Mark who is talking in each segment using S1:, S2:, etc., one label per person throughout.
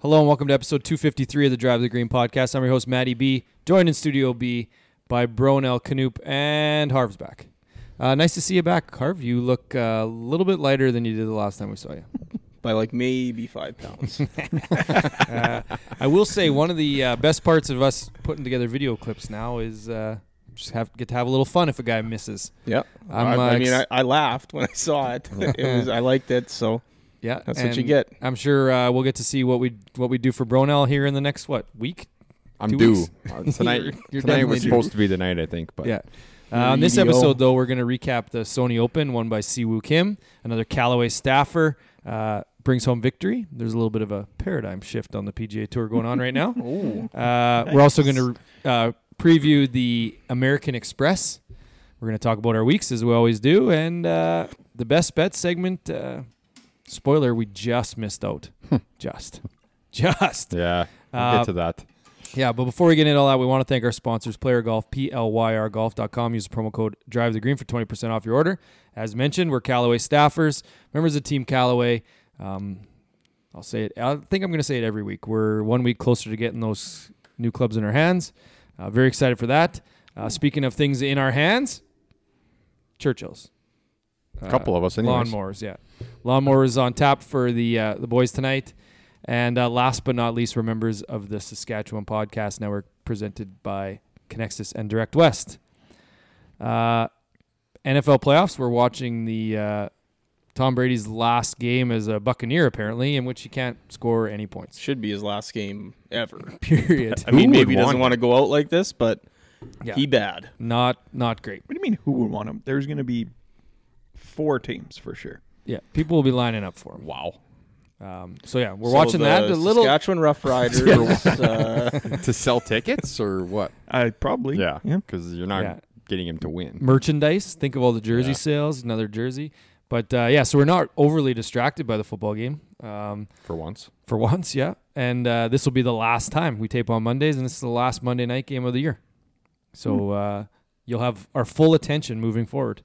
S1: Hello and welcome to episode 253 of the Drive the Green podcast. I'm your host, Matty B, joined in Studio B by Bronell Canoop and Harv's back. Uh, nice to see you back, Harv. You look uh, a little bit lighter than you did the last time we saw you.
S2: by like maybe five pounds.
S1: Uh, I will say one of the uh, best parts of us putting together video clips now is uh, just have get to have a little fun if a guy misses.
S2: yep.
S1: I'm,
S2: I, I
S1: uh,
S2: mean,
S1: ex-
S2: I, I laughed when I saw it. it was I liked it, so
S1: Yeah,
S2: That's what you
S1: and
S2: get.
S1: I'm sure uh, we'll get to see what we what we do for Bronell here in the next what week?
S3: I'm
S1: Two
S3: due.
S1: weeks.
S3: Uh, Tonight,
S1: You're- you're
S3: tonight
S1: definitely
S3: was
S1: due.
S3: supposed to be the night, I think. But
S1: Yeah. Uh, on this
S2: Radio.
S1: episode, though, we're going to recap the Sony Open won by Siwoo Kim, another Callaway staffer. Uh, brings home victory. There's a little bit of a paradigm shift on the PGA Tour going on right now.
S2: Ooh.
S1: Uh, we're also going to uh, preview the American Express. We're going to talk about our weeks as we always do, and uh, the best bet segment. Uh, spoiler: We just missed out. just, just.
S3: yeah, we'll
S1: Uh,
S3: get to that.
S1: Yeah, but before we get into all that, we want to thank our sponsors, Player Golf, PLYRGolf.com. Use the promo code Drive the Green for 20% off your order. As mentioned, we're Callaway staffers, members of Team Callaway. Um, I'll say it. I think I'm going to say it every week. We're one week closer to getting those new clubs in our hands. Uh, very excited for that. Uh, speaking of things in our hands, Churchill's. Uh,
S3: A couple of us, anyways.
S1: Lawnmowers, yeah. Lawnmowers on tap for the uh, the boys tonight. And uh, last but not least, we're members of the Saskatchewan Podcast Network, presented by Connexus and Direct West. Uh, NFL playoffs. We're watching the uh, Tom Brady's last game as a Buccaneer, apparently, in which he can't score any points.
S2: Should be his last game ever.
S1: Period.
S2: I mean,
S3: would
S2: maybe he doesn't want
S3: want
S2: to go out like this, but
S1: Yeah.
S2: he bad.
S1: not not great.
S4: What do you mean? Who would want him? There's going to be four teams for sure.
S1: Yeah, people will be lining up for him.
S3: Wow.
S1: Um, so yeah, we're
S2: So
S1: watching that.
S2: the
S1: A little
S2: Saskatchewan Rough Riders. uh,
S3: to sell tickets or what?
S4: I probably.
S3: Yeah,
S4: Yeah.
S3: because you're not
S1: Yeah. Mm.
S3: getting him to win.
S1: merchandise. Think of all the jersey
S3: Yeah.
S1: sales, another jersey. But uh, yeah, so we're not overly distracted by the football game um,
S3: For once,
S1: for once, yeah. And uh, this will be the last time we tape on Mondays, and this is the last Monday night game of the year. So
S3: Hmm.
S1: uh, you'll have our full attention moving forward.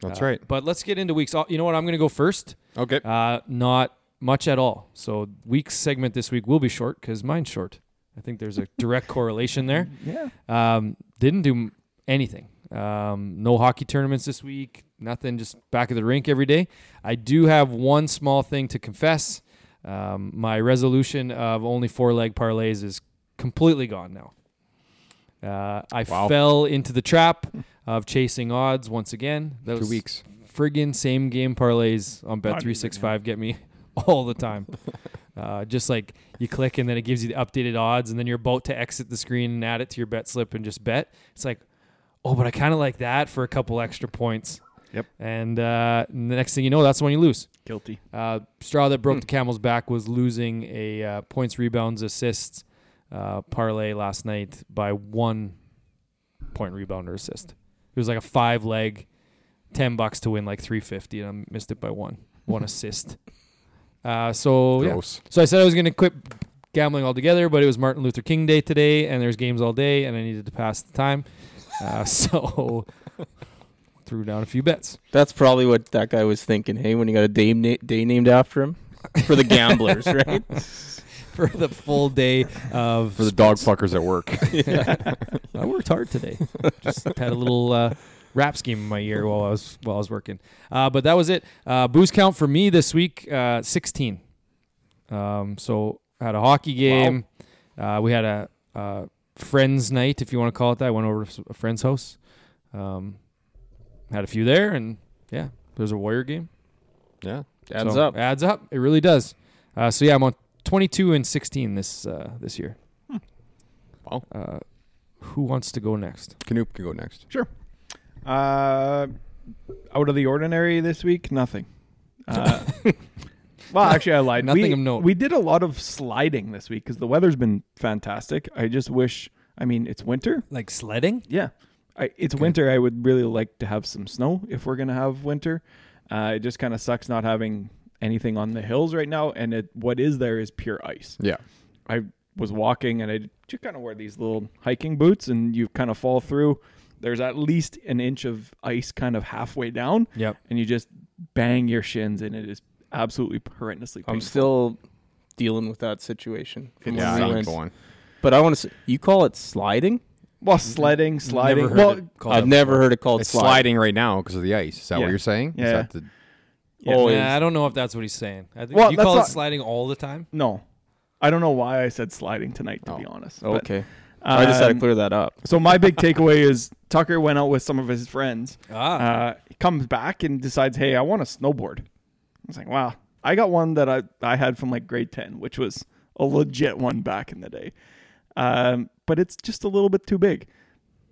S3: that's
S1: Uh,
S3: right.
S1: But let's get into weeks. You know what? I'm going to go first.
S3: Okay,
S1: Uh, not much at all. So week's segment this week will be short because mine's short. I think there's a direct correlation there.
S4: Yeah.
S1: Um, didn't do m- anything. Um, no hockey tournaments this week. Nothing. Just back at the rink every day. I do have one small thing to confess. Um, my resolution of only four leg parlays is completely gone now. Uh, I
S3: Wow.
S1: fell into the trap of chasing odds once again. That
S3: two
S1: was
S3: weeks.
S1: friggin' same game parlays on bet three six five get me all the time. uh, just like you click and then it gives you the updated odds, and then you're about to exit the screen and add it to your bet slip and just bet. It's like, oh, but I kind of like that for a couple extra points.
S3: Yep.
S1: And, uh, and the next thing you know, that's the one you lose.
S4: Guilty.
S1: Uh, straw that
S3: Hmm.
S1: broke the camel's back was losing a uh, points, rebounds, assists uh, parlay last night by one point, rebound, or assist. It was like a five leg, ten bucks to win like three fifty, and I missed it by one, one assist. Uh, so yeah.
S3: Gross.
S1: So I said I was going to quit gambling altogether, but it was Martin Luther King Day today, and there's games all day, and I needed to pass the time. Uh, so threw down a few bets.
S2: that's probably what that guy was thinking. Hey, when you got a day, na- day named after him for the gamblers, right?
S1: for the full day of
S3: For the dog fuckers at work.
S1: I worked hard today. Just had a little uh, rap scheme in my ear while I was while I was working. Uh, but that was it. Uh, booze count for me this week, uh, sixteen. Um, so had a hockey game. Uh, we had a uh, friends night, if you want to call it that. Went over to s- a friend's house. Um, had a few there, and yeah, there's a Warrior game.
S3: yeah,
S2: Adds
S1: So,
S2: up.
S1: Adds up. It really does. Uh, so yeah, I'm on 22 and 16 this uh, this year.
S2: Hmm.
S3: Wow.
S1: Uh, who wants to go next?
S3: Canoop can go next.
S4: Sure. Uh, out of the ordinary this week, nothing. Uh, well, actually, I lied.
S1: Nothing
S4: we,
S1: of note.
S4: We did a lot of sliding this week because the weather's been fantastic. I just wish. I mean, it's winter.
S1: Like sledding?
S4: Yeah. I, it's winter. I would really like to have some snow if we're going to have winter. Uh, it just kind of sucks not having anything on the hills right now. And it, what is there is pure ice.
S3: Yeah,
S4: I was walking and I just kind of wear these little hiking boots and you kind of fall through. There's at least an inch of ice kind of halfway down
S1: Yep.
S4: and you just bang your shins and it is absolutely horrendously painful.
S2: I'm still dealing with that situation. from
S3: Yeah,
S2: when we
S3: I'm
S2: went.
S3: going.
S2: But I want to. You call it sliding?
S4: Well, sledding, sliding.
S1: Never heard
S4: well,
S1: it called
S2: I've
S1: that
S2: never
S1: before.
S2: heard it called
S3: It's
S2: sliding.
S3: sliding right now because of the ice. Is that
S4: Yeah.
S3: what you're saying?
S4: Yeah.
S3: Is that the,
S1: Yeah,
S2: Always.
S1: I don't know if that's what he's saying. I think
S4: Well,
S1: you
S4: that's
S1: call it
S4: not-
S1: sliding all the time.
S4: no, I don't know why I said sliding tonight. To
S3: Oh.
S4: be honest, But,
S2: Okay. I just had to
S4: um,
S2: clear that up.
S4: So my big takeaway is Tucker went out with some of his friends.
S1: Ah,
S4: Uh, he comes back and decides, hey, I want a snowboard. I was like, wow. I got one that I, I had from like grade 10, which was a legit one back in the day. Um, but it's just a little bit too big.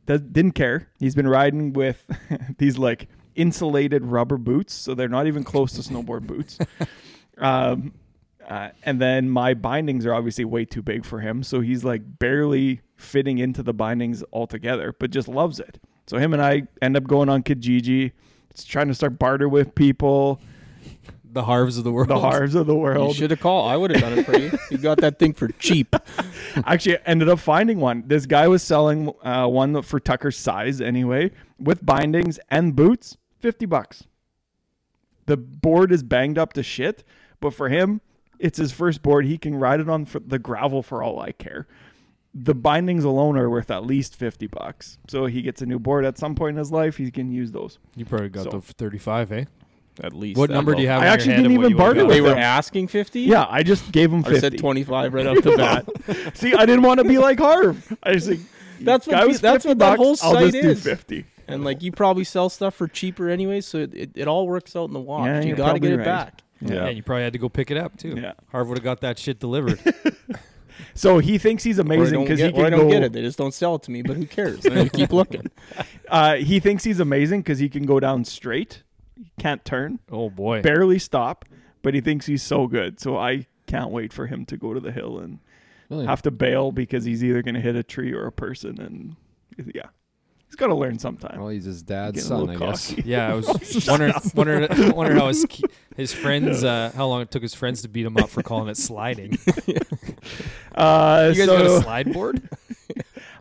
S4: That didn't care. He's been riding with these like insulated rubber boots, so they're not even close to snowboard boots. Um, uh, and then my bindings are obviously way too big for him, so he's like barely fitting into the bindings altogether, but just loves it. So him and I end up going on Kijiji, it's trying to start barter with people,
S1: the harves of the world.
S4: the harves of the
S2: You
S4: world.
S2: should have called. I would have done it for you. You got that thing for cheap.
S4: Actually, I ended up finding one. This guy was selling uh, one for Tucker's size anyway, with bindings and boots, fifty bucks. The board is banged up to shit, but for him, it's his first board. He can ride it on for the gravel for all I care. The bindings alone are worth at least fifty bucks, so he gets a new board at some point in his life. He can use those.
S1: You probably got
S4: So-
S1: the 35, eh?
S2: At least.
S1: What
S2: that
S1: number do you
S2: low.
S1: have?
S4: I
S1: in your
S4: actually
S1: head
S4: didn't
S1: of what
S4: even
S1: you would've
S4: bargain
S1: got?
S4: with
S2: They were
S4: them.
S2: asking fifty.
S4: Yeah, I just gave him
S2: I
S4: fifty.
S2: said twenty-five right off the bat.
S4: See, I didn't want to be like Harv. I just like,
S2: That's what
S4: guy
S2: pe-
S4: was
S2: that's
S4: 50
S2: what that
S4: bucks,
S2: whole
S4: I'll just
S2: site
S4: do
S2: is.
S4: fifty.
S2: and like you probably sell stuff for cheaper anyway, so it, it, it all works out in the wash.
S4: Yeah,
S2: you
S4: you're
S2: got to get it
S4: probably right.
S2: back.
S1: Yeah. you probably had to go pick it up too.
S4: Yeah.
S1: Harv would have got that shit delivered.
S4: So he thinks he's
S2: Or I
S4: amazing
S2: don't,
S4: because he
S2: get, or I
S4: can
S2: don't
S4: go.
S2: get it. They just don't sell it to me. But who cares? I keep looking.
S4: Uh, he thinks he's amazing because he can go down straight, he can't turn,
S1: oh boy.
S4: barely stop, but he thinks he's so good. So I can't wait for him to go to the hill and
S3: Really?
S4: have to bail because he's either going to hit a tree or a person, and yeah, he's got to learn sometime.
S3: well, he's his dad's
S4: Getting a
S3: son, I
S4: little
S3: guess.
S4: cocky.
S1: Yeah, I was wondering, wondering, wondering how his ki- his friends, uh, how long it took his friends to beat him up for calling it sliding. You
S4: Uh,
S1: guys
S4: so
S1: got a slide board?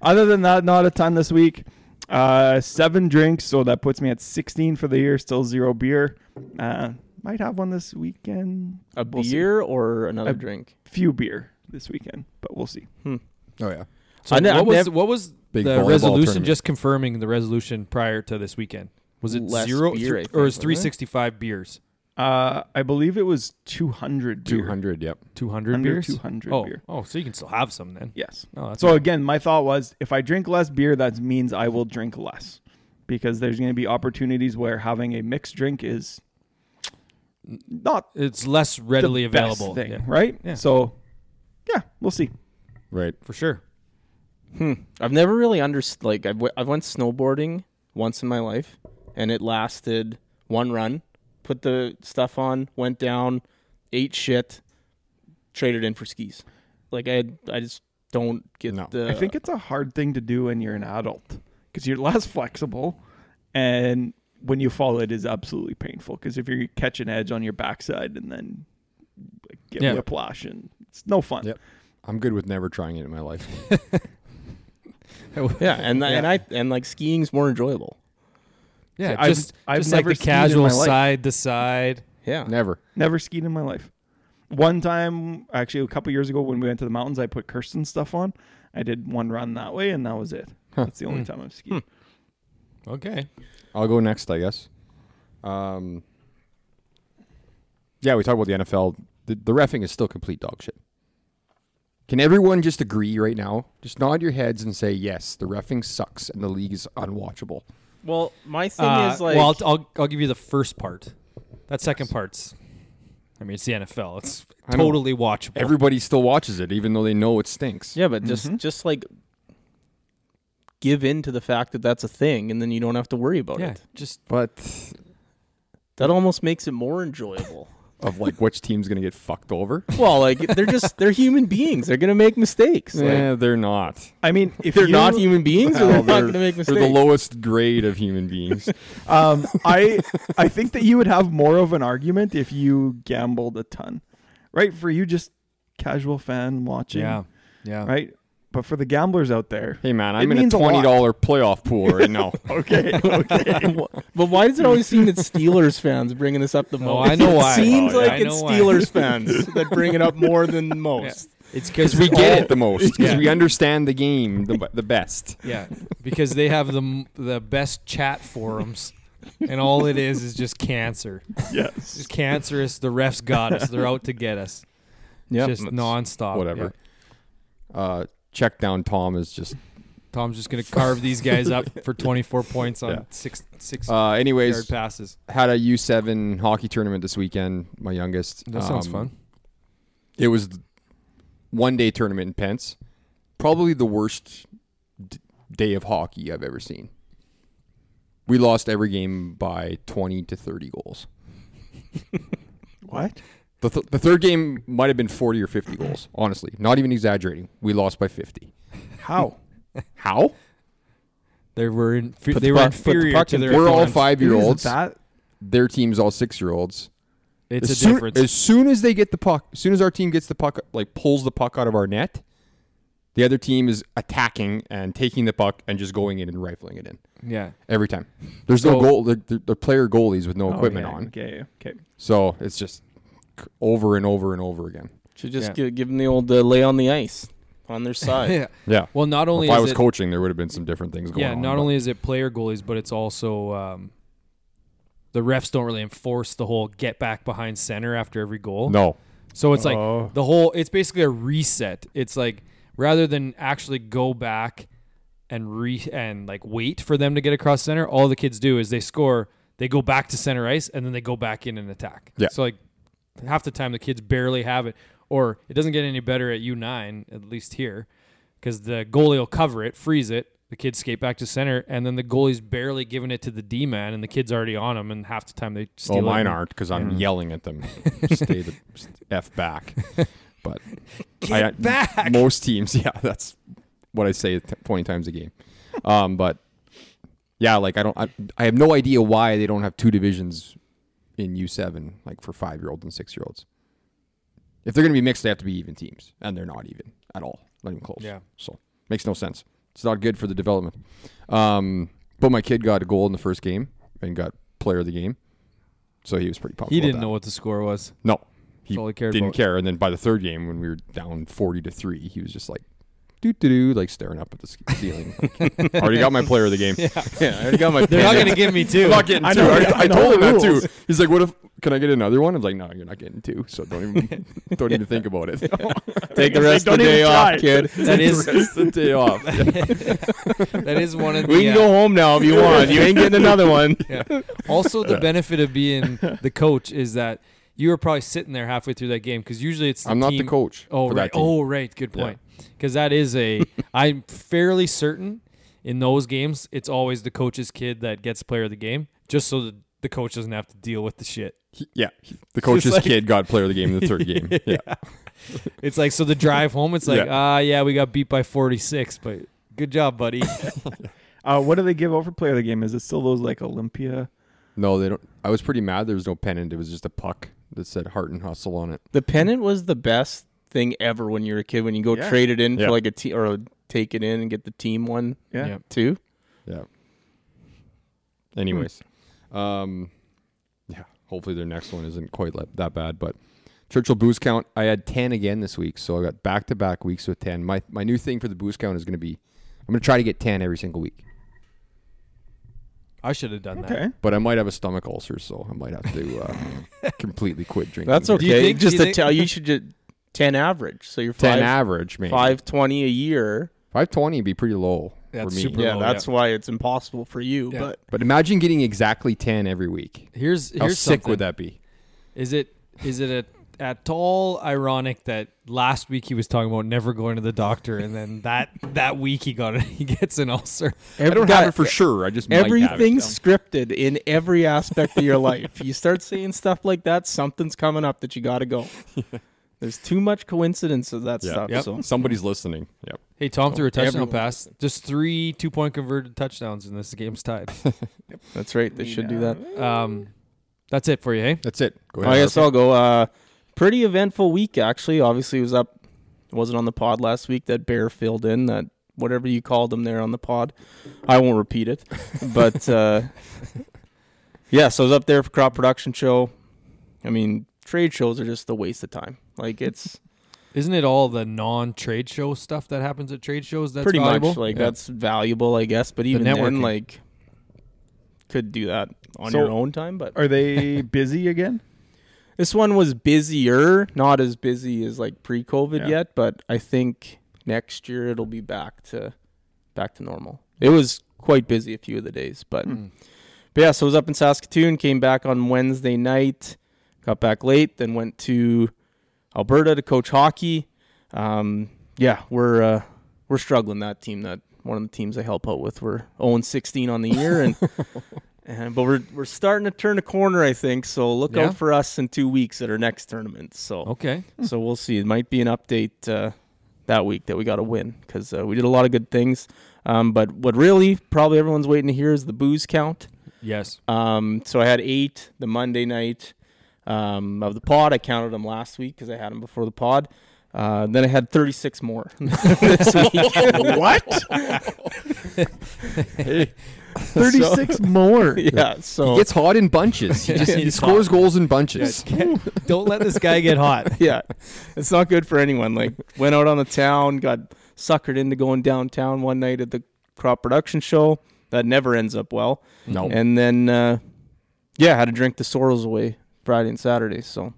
S4: other than that, not a ton this week. Uh, seven drinks, so that puts me at sixteen for the year. Still zero beer. Uh, might have one this weekend.
S2: A
S4: We'll see.
S2: beer or another
S4: A-
S2: drink?
S4: Few beer this weekend, but we'll see.
S3: Oh yeah.
S1: So
S2: I ne-
S1: what
S2: I've
S1: was
S2: nev-
S1: what was
S3: Big
S1: the
S3: volleyball
S1: resolution?
S3: tournament.
S1: Just confirming the resolution prior to this weekend. Was it
S2: Less
S1: zero
S2: beer, I
S1: or
S2: think,
S1: is
S2: wasn't it?
S1: three sixty five beers?
S4: Uh, I believe it was 200 beer.
S3: Two hundred. Yep.
S1: Two hundred
S4: Under
S1: beers.
S4: 200
S1: oh,
S4: beer.
S1: oh, so you can still have some then.
S4: Yes.
S1: No, that's
S4: So again, my thought was if I drink less beer, that means I will drink less because there's going to be opportunities where having a mixed drink is not
S1: it's less readily
S4: the
S1: available.
S4: best thing,
S1: Yeah,
S4: right?
S1: Yeah.
S4: So yeah, we'll see.
S3: Right.
S1: for sure.
S2: Hmm. I've never really understood. Like I've, w- I've went snowboarding once in my life, and it lasted one run. Put the stuff on, went down, ate shit, traded in for skis. Like I, I just don't get
S3: No.
S2: the.
S4: I think it's a hard thing to do when you're an adult because you're less flexible, and when you fall, it is absolutely painful because if you catch an edge on your backside and then like, get
S1: Yeah.
S4: whiplash and it's no fun.
S3: Yep. I'm good with never trying it in my life.
S2: yeah, and and I and like skiing's more enjoyable.
S1: Yeah,
S4: I've-
S1: just
S4: I've
S1: just
S4: never
S1: like the
S4: skied in my
S1: casual
S4: life.
S1: side to side.
S2: Yeah,
S3: never.
S4: Never skied in my life. One time, actually, a couple years ago when we went to the mountains, I put Kirsten stuff on. I did one run that way, and that was it. That's the only
S2: Hmm.
S4: time I've skied.
S1: Okay.
S3: I'll go next, I guess. Um. Yeah, we talked about the NFL. The, the refing is still complete dog shit. Can everyone just agree right now? Just nod your heads and say yes. The refing sucks and the league is unwatchable.
S2: Well, my thing
S1: Uh,
S2: is like
S1: well, I'll, I'll I'll give you the first part. That second part's, I mean, it's the NFL. It's
S3: I know.
S1: totally watchable.
S3: Everybody still watches it, even though they know it stinks.
S2: Yeah, but
S1: Mm-hmm.
S2: just just like give in to the fact that that's a thing, and then you don't have to worry about
S1: yeah,
S2: it.
S1: just
S3: But
S2: That almost makes it more enjoyable.
S3: of like which team's gonna get fucked over?
S2: well, like they're just they're human beings. They're gonna make mistakes. Like,
S3: Yeah, they're not.
S4: I mean, if
S2: they're
S4: you-
S2: not human beings, or
S3: Well,
S2: they're not gonna make
S3: They're
S2: mistakes.
S3: the lowest grade of human beings.
S4: um, I I think that you would have more of an argument if you gambled a ton, right? For you, just casual fan watching,
S1: yeah, yeah.
S4: right? But for the gamblers out there,
S3: Hey man,
S4: It
S3: I'm in a
S4: means a lot.
S3: twenty dollar playoff pool right now.
S4: okay, okay.
S2: but why does it always seem that Steelers fans bringing this up the most?
S1: Oh, I know
S2: it
S1: why.
S2: seems
S1: Oh, yeah,
S2: like
S1: I
S2: it's
S1: know why.
S2: Steelers fans that bring it up more than most.
S1: It's because
S3: we get it the most because
S1: Yeah.
S3: we understand the game the, the best.
S1: Yeah, because they have the m- the best chat forums, and all it is is just cancer.
S4: yes.
S1: Just cancerous. The refs got us. They're out to get us.
S3: Yeah,
S1: just nonstop.
S3: whatever.
S1: Yeah.
S3: Uh, check down Tom is just.
S1: Tom's just gonna carve these guys up for 24 points on
S3: Yeah.
S1: six six
S3: Uh,
S1: yard
S3: anyways,
S1: passes.
S3: had a U seven hockey tournament this weekend. My youngest.
S1: That sounds
S3: Um,
S1: fun.
S3: It was one day tournament in Pence. Probably the worst d- day of hockey I've ever seen. We lost every game by twenty to thirty goals.
S4: What?
S3: The, th- the third game might have been 40 or 50 goals, honestly. Not even exaggerating. We lost by 50.
S4: How?
S3: How?
S1: They were in,
S2: the
S1: they were
S2: puck- put the
S1: inferior
S2: puck
S1: to
S2: in
S1: their.
S3: We're all
S1: opponents.
S3: five year olds.
S4: Is it that?
S3: Their team's all six year olds.
S1: It's
S3: as
S1: a
S3: soon,
S1: difference.
S3: As soon as they get the puck, as soon as our team gets the puck, like pulls the puck out of our net, the other team is attacking and taking the puck and just going in and rifling it in
S1: yeah,
S3: every time. There's
S1: So- Oh,
S3: no goal. The, the, the player goalies with no equipment
S4: yeah,
S3: on.
S4: Okay, okay.
S3: So it's just c- over and over and over again.
S2: Should just
S1: Yeah.
S2: gi- give, them the old uh, lay on the ice on their side.
S1: yeah.
S3: Yeah.
S1: Well, not only
S3: if I
S1: is
S3: was
S1: it,
S3: coaching, there would have been some different things going
S1: yeah,
S3: on.
S1: not
S3: but-
S1: only is it player goalies, but it's also um, the refs don't really enforce the whole get back behind center after every goal.
S3: No.
S1: So it's like
S4: Oh.
S1: the whole it's basically a reset. It's like rather than actually go back and re and like wait for them to get across center, all the kids do is they score, they go back to center ice and then they go back in and attack.
S3: Yeah.
S1: So like half the time the kids barely have it or it doesn't get any better at U9 at least here cuz the goalie will cover it, freeze it, the kids skate back to center and then the goalie's barely giving it to the D man and the kid's already on him and half the time they steal
S3: Oh,
S1: it
S3: mine
S1: and-
S3: aren't because
S1: Mm.
S3: I'm yelling at them. Stay the f back. But I,
S1: back!
S3: Most teams, yeah, that's what I say t- twenty times a game. Um, but yeah, like I don't, I, I have no idea why they don't have two divisions in U seven, like for five year olds and six year olds. If they're gonna be mixed, they have to be even teams, and they're not even at all, not even close.
S1: Yeah.
S3: so makes no sense. It's not good for the development. Um, but my kid got a goal in the first game and got player of the game. So he was pretty pumped.
S1: He
S3: about
S1: didn't
S3: that.
S1: know what the score was.
S3: No, he
S1: That's all he cared
S3: didn't
S1: about.
S3: care. And then by the third game, when we were down forty to three, he was just like, "Doo doo doo," like staring up at the sc- ceiling. Like, already got my player of the game.
S2: Yeah, I already got my.
S1: They're not
S2: pin in.
S1: going to give me two.
S3: I'm not getting
S4: I
S3: two.
S4: know,
S3: I,
S4: yeah,
S3: I
S4: I know
S3: told him
S4: the
S3: that too.
S4: rules.
S3: He's like, "What if? Can I get another one?" I'm like, "No, you're not getting two. So don't even don't even think about it.
S2: Take the
S4: They
S2: rest of
S4: don't
S2: the
S4: even
S2: day
S4: try.
S2: off, kid.
S1: That is
S3: It's the day off." Yeah.
S1: that is one of the.
S2: We can go home now if you want. You ain't getting another one.
S1: uh, yeah. Also, the benefit of being the coach is that you were probably sitting there halfway through that game because usually it's. The
S3: I'm not the
S1: team-
S3: coach
S1: Oh
S3: for that
S1: right.
S3: team.
S1: Oh right. Good point. Because that is a. I'm fairly certain in those games it's always the coach's kid that gets player of the game, just so that the coach doesn't have to deal with the shit.
S3: He- yeah. he- The coach's
S1: like-
S3: kid got player of the game in the third game. Yeah.
S1: It's like so the drive home. It's like
S3: Yeah.
S1: ah yeah we got beat by 46, but good job buddy.
S4: Uh, what do they give out for player of the game? Is it still those like Olympia?
S3: No, they don't. I was pretty mad. There was no pennant. It was just a puck that said "Heart and Hustle" on it.
S2: The pennant was the best thing ever when you were a kid. When you go
S4: Yeah.
S2: trade it in
S3: Yeah.
S2: for like a team or take it in and get the team one
S4: Yeah.
S1: Yep.
S2: too.
S3: Yeah. Anyways, um, yeah. Hopefully their next one isn't quite like that bad. But Churchill boost count, I had ten again this week, so I got back to back weeks with ten. My my new thing for the boost count is going to be, I'm going to try to get ten every single week.
S1: I should have done that.
S4: Okay.
S3: But I might have a stomach ulcer, so I might have to uh, completely quit drinking.
S2: That's
S3: here.
S2: okay.
S1: you think- do you
S2: just to
S1: think-
S2: tell you should just ten average. So you're
S3: Ten
S2: five
S3: average, maybe
S2: five twenty a year.
S3: five twenty would be pretty low
S1: That's
S3: for me.
S1: super
S2: Yeah,
S1: low,
S2: that's why it's impossible for you.
S1: Oh, Yeah.
S2: But
S3: But imagine getting exactly ten every week.
S1: Here's here's
S3: How sick
S1: something.
S3: would that be?
S1: Is it is it a, at all ironic that last week he was talking about never going to the doctor, and then that that week he got he gets an ulcer.
S3: I don't have it for sure. I just might have it.
S2: Everything's scripted in every aspect of your life. You start saying stuff like that, something's coming up that you got to go. There's too much coincidence of that stuff.
S1: Yep.
S2: So
S3: Somebody's listening. Yep.
S1: Hey, Tom threw a touchdown
S2: everyone-
S1: pass. Just three two point converted touchdowns, and this game's tied.
S2: that's right. They should do that.
S1: um, that's it for you, hey?
S2: Oh,
S3: That's it. Go
S2: I guess I'll go. Uh, pretty eventful week, actually. Obviously, it was up wasn't on the pod last week that Bear filled in that whatever you called him there on the pod. I won't repeat it, but uh, yeah, so I was up there for crop production show. I mean, trade shows are just a waste of time. Like it's
S1: Isn't it all the non-trade show stuff that happens at trade shows that's
S2: pretty
S1: valuable?
S2: much like
S3: Yeah.
S2: that's valuable, I guess. But even then,
S1: networking.
S2: like could do that on
S4: So-
S2: your own time. But
S4: Are they busy again?
S2: This one was busier, not as busy as like pre-COVID
S4: Yeah.
S2: yet, but I think next year it'll be back to back to normal. It was quite busy a few of the days, but but yeah, so I was up in Saskatoon, came back on Wednesday night, got back late, then went to Alberta to coach hockey. Um, yeah, we're uh, we're struggling that team that one of the teams I help out with. We're 0 16 on the year and and but we're we're starting to turn a corner, I think. So look
S1: Yeah?
S2: out for us in two weeks at our next tournament. So
S1: Okay.
S2: so we'll see. It might be an update uh, that week that we got to win because uh, we did a lot of good things. Um, but what really probably everyone's waiting to hear is the booze count.
S1: Yes.
S2: Um, so I had eight the Monday night um, of the pod. I counted them last week because I had them before the pod. Uh, then I had 36 more this week.
S4: what? Thirty-six more.
S2: yeah, so
S3: He gets hot in bunches. He, just, he
S1: He's
S3: scores goals in bunches.
S1: Don't let this guy get hot.
S2: yeah, it's not good for anyone. Like went out on the town, got suckered into going downtown one night at the crop production show. That never ends up well.
S3: No.
S2: And then, uh, yeah, had to drink the sorrels away Friday and Saturday. So,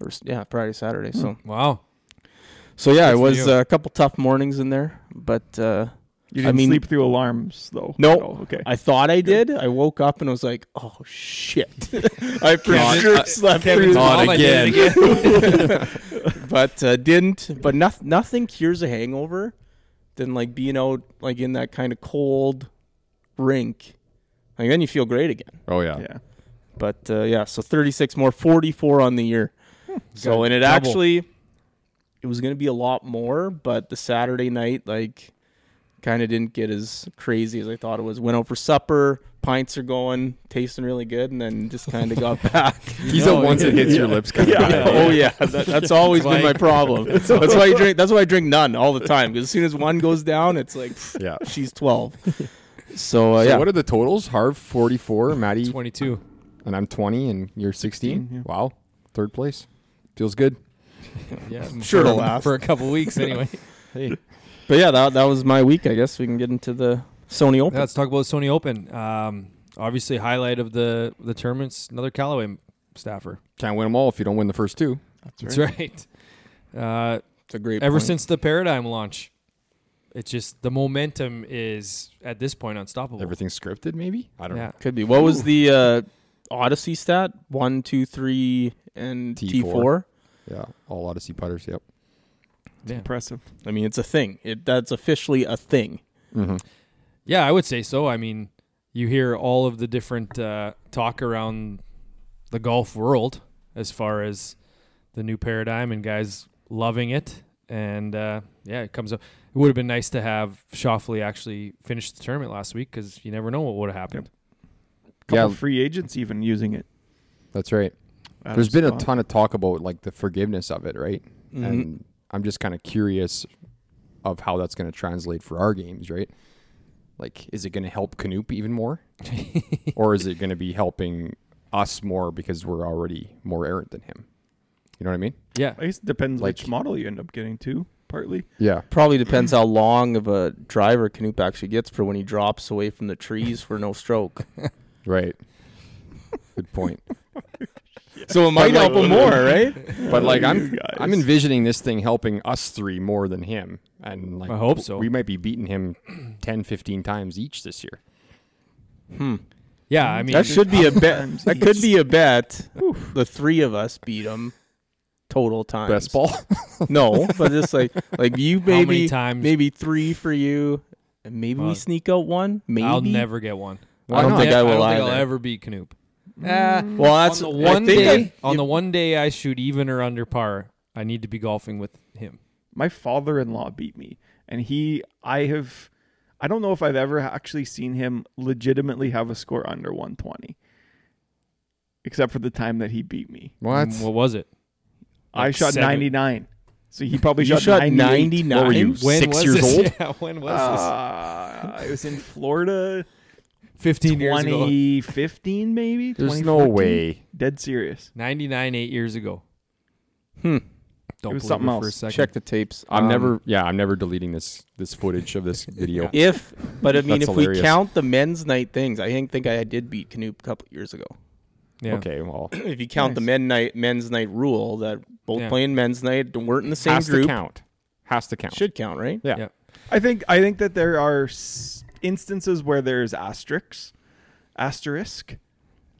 S2: or s- yeah, Friday Saturday. So,
S1: Wow.
S2: so
S1: Hmm. Good
S2: yeah, it
S1: for
S2: was
S1: you.
S2: uh, a couple tough mornings in there, but uh,
S4: You
S2: I
S4: didn't
S2: mean-
S4: sleep through alarms though.
S2: No.
S4: Oh, okay.
S2: I thought I did. I woke up and was like, oh shit, I for
S3: Kevin-
S2: sure
S3: uh,
S2: slept
S1: Kevin's
S2: through
S3: Not
S1: mom, I did it again.
S2: but uh, didn't. But no, nothing cures a hangover than like being out like in that kind of cold rink. Like then you feel great again.
S3: Oh yeah.
S4: yeah.
S2: But uh, yeah, so 36 more, 44 on the year. so
S1: Good.
S2: and it
S1: Double.
S2: actually it was going to be a lot more, but the Saturday night like kind of didn't get as crazy as I thought it was. Went out for supper, pints are going, tasting really good, and then just kind of got back.
S3: He's
S1: know,
S3: a once it hits your lips kind of guy.
S2: Oh yeah, that, that's always
S1: That's
S2: been
S1: why-
S2: my problem. That's why you drink. That's why I drink none all the time. Because as soon as one goes down, it's like pff,
S3: Yeah.
S2: she's twelve. So, uh,
S3: So
S2: yeah,
S3: what are the totals? Harv 44, Maddie,
S1: 22.
S3: and I'm 20, and you're 16.
S4: Sixteen, yeah.
S3: Wow, third place, feels good.
S1: Yeah.
S2: sure
S1: for,
S2: it'll last.
S1: for a couple weeks anyway.
S2: but yeah, that that was my week. I guess we can get into the Sony
S1: Now
S2: Open.
S1: let's talk about Sony Open. Um, obviously, highlight of the the tournaments. Another Callaway staffer.
S3: Can't win them all if you don't win the first two.
S1: That's right. Uh,
S2: It's a great.
S1: ever
S2: point.
S1: since the Paradigm launch, it's just the momentum is at this point unstoppable.
S3: Everything's scripted, maybe. I don't
S1: yeah.
S3: know.
S2: could be. What was the uh, Odyssey stat? One, two, three, and T
S3: T4.
S2: four.
S3: Yeah, all Odyssey putters. Yep.
S1: Yeah.
S4: Impressive.
S2: I mean, it's a thing. It that's officially a thing.
S3: Mm-hmm.
S1: Yeah, I would say so. I mean, you hear all of the different uh, talk around the golf world as far as the new paradigm and guys loving it. And uh, yeah, it comes up. It would have been nice to have Shoffley actually finish the tournament last week because you never know what would have happened.
S3: Yeah.
S4: couple free agents even using it.
S3: That's right.
S4: Adam
S3: There's been a
S4: Scott.
S3: ton of talk about like the forgiveness of it, right?
S1: Mm-hmm.
S2: Mhm.
S3: And I'm just kind of curious of how that's going to translate for our games, right? Like, is it going to help Canoop even more, or is it going to be helping us more because we're already more errant than him? You know what I mean?
S1: Yeah,
S4: I guess it depends
S3: Like-
S4: which model you end up getting to, partly.
S3: Yeah.
S2: Probably depends how long of a driver Canoop actually gets for when he drops away from the trees for no stroke.
S3: Right. Good point.
S2: So it might help him more, right?
S3: But like I'm
S4: You guys.
S3: I'm envisioning this thing helping us three more than him. And like
S1: I hope so.
S3: We might be beating him 10 15 times each this year. Hmm.
S1: yeah. I mean,
S2: That should be a bet.
S4: Sometimes
S2: That could be a bet. The three of us beat him total times.
S3: Best ball.
S2: No, but just like like you maybe
S1: many times?
S2: maybe three for you, and maybe
S1: Uh,
S2: we sneak out one. Maybe
S1: I'll never get one.
S2: I don't
S3: not?
S2: think I will
S1: don't think I'll
S2: either.
S1: ever beat Canoop.
S2: Well, that's
S1: on the
S2: I
S1: one
S2: think
S1: day,
S2: I-
S1: on the one day I shoot even or under par, I need to be golfing with him.
S4: my father-in-law beat me and he i have i don't know if i've ever actually seen him legitimately have a score under 120 except for the time that he beat me
S3: What?
S1: Mm, What was it?
S4: i
S1: Like
S4: shot
S1: seven-
S4: 99 So he probably
S2: You
S4: shot,
S2: shot
S4: 98.
S2: 99?
S3: What were you,
S1: When
S3: six
S1: was
S3: years
S1: this?
S3: old?
S1: Yeah, when was
S4: Uh, I was in Florida
S1: this? 15 years ago.
S4: 2015 maybe.
S3: There's no
S4: 2014?
S3: way.
S4: Dead serious.
S1: 99, eight years ago.
S2: Hmm.
S1: Don't
S4: It was
S1: believe
S4: something
S1: it
S4: else.
S1: for a second.
S2: Check the tapes.
S3: I'm
S2: Um,
S3: never. Yeah, I'm never deleting this this footage of this video.
S2: If, but I mean, if
S3: That's hilarious.
S2: we count the men's night things, I think think I did beat Canoop a couple years ago.
S1: yeah.
S3: Okay, well,
S2: If you count the
S4: Nice.
S2: men night men's night rule that both
S1: Yeah.
S2: playing men's night weren't in the same
S3: has
S2: group,
S3: to count. Has to count.
S2: should count, right?
S3: yeah.
S1: Yeah.
S4: I think I think that there are s- instances where there's asterisks, asterisk.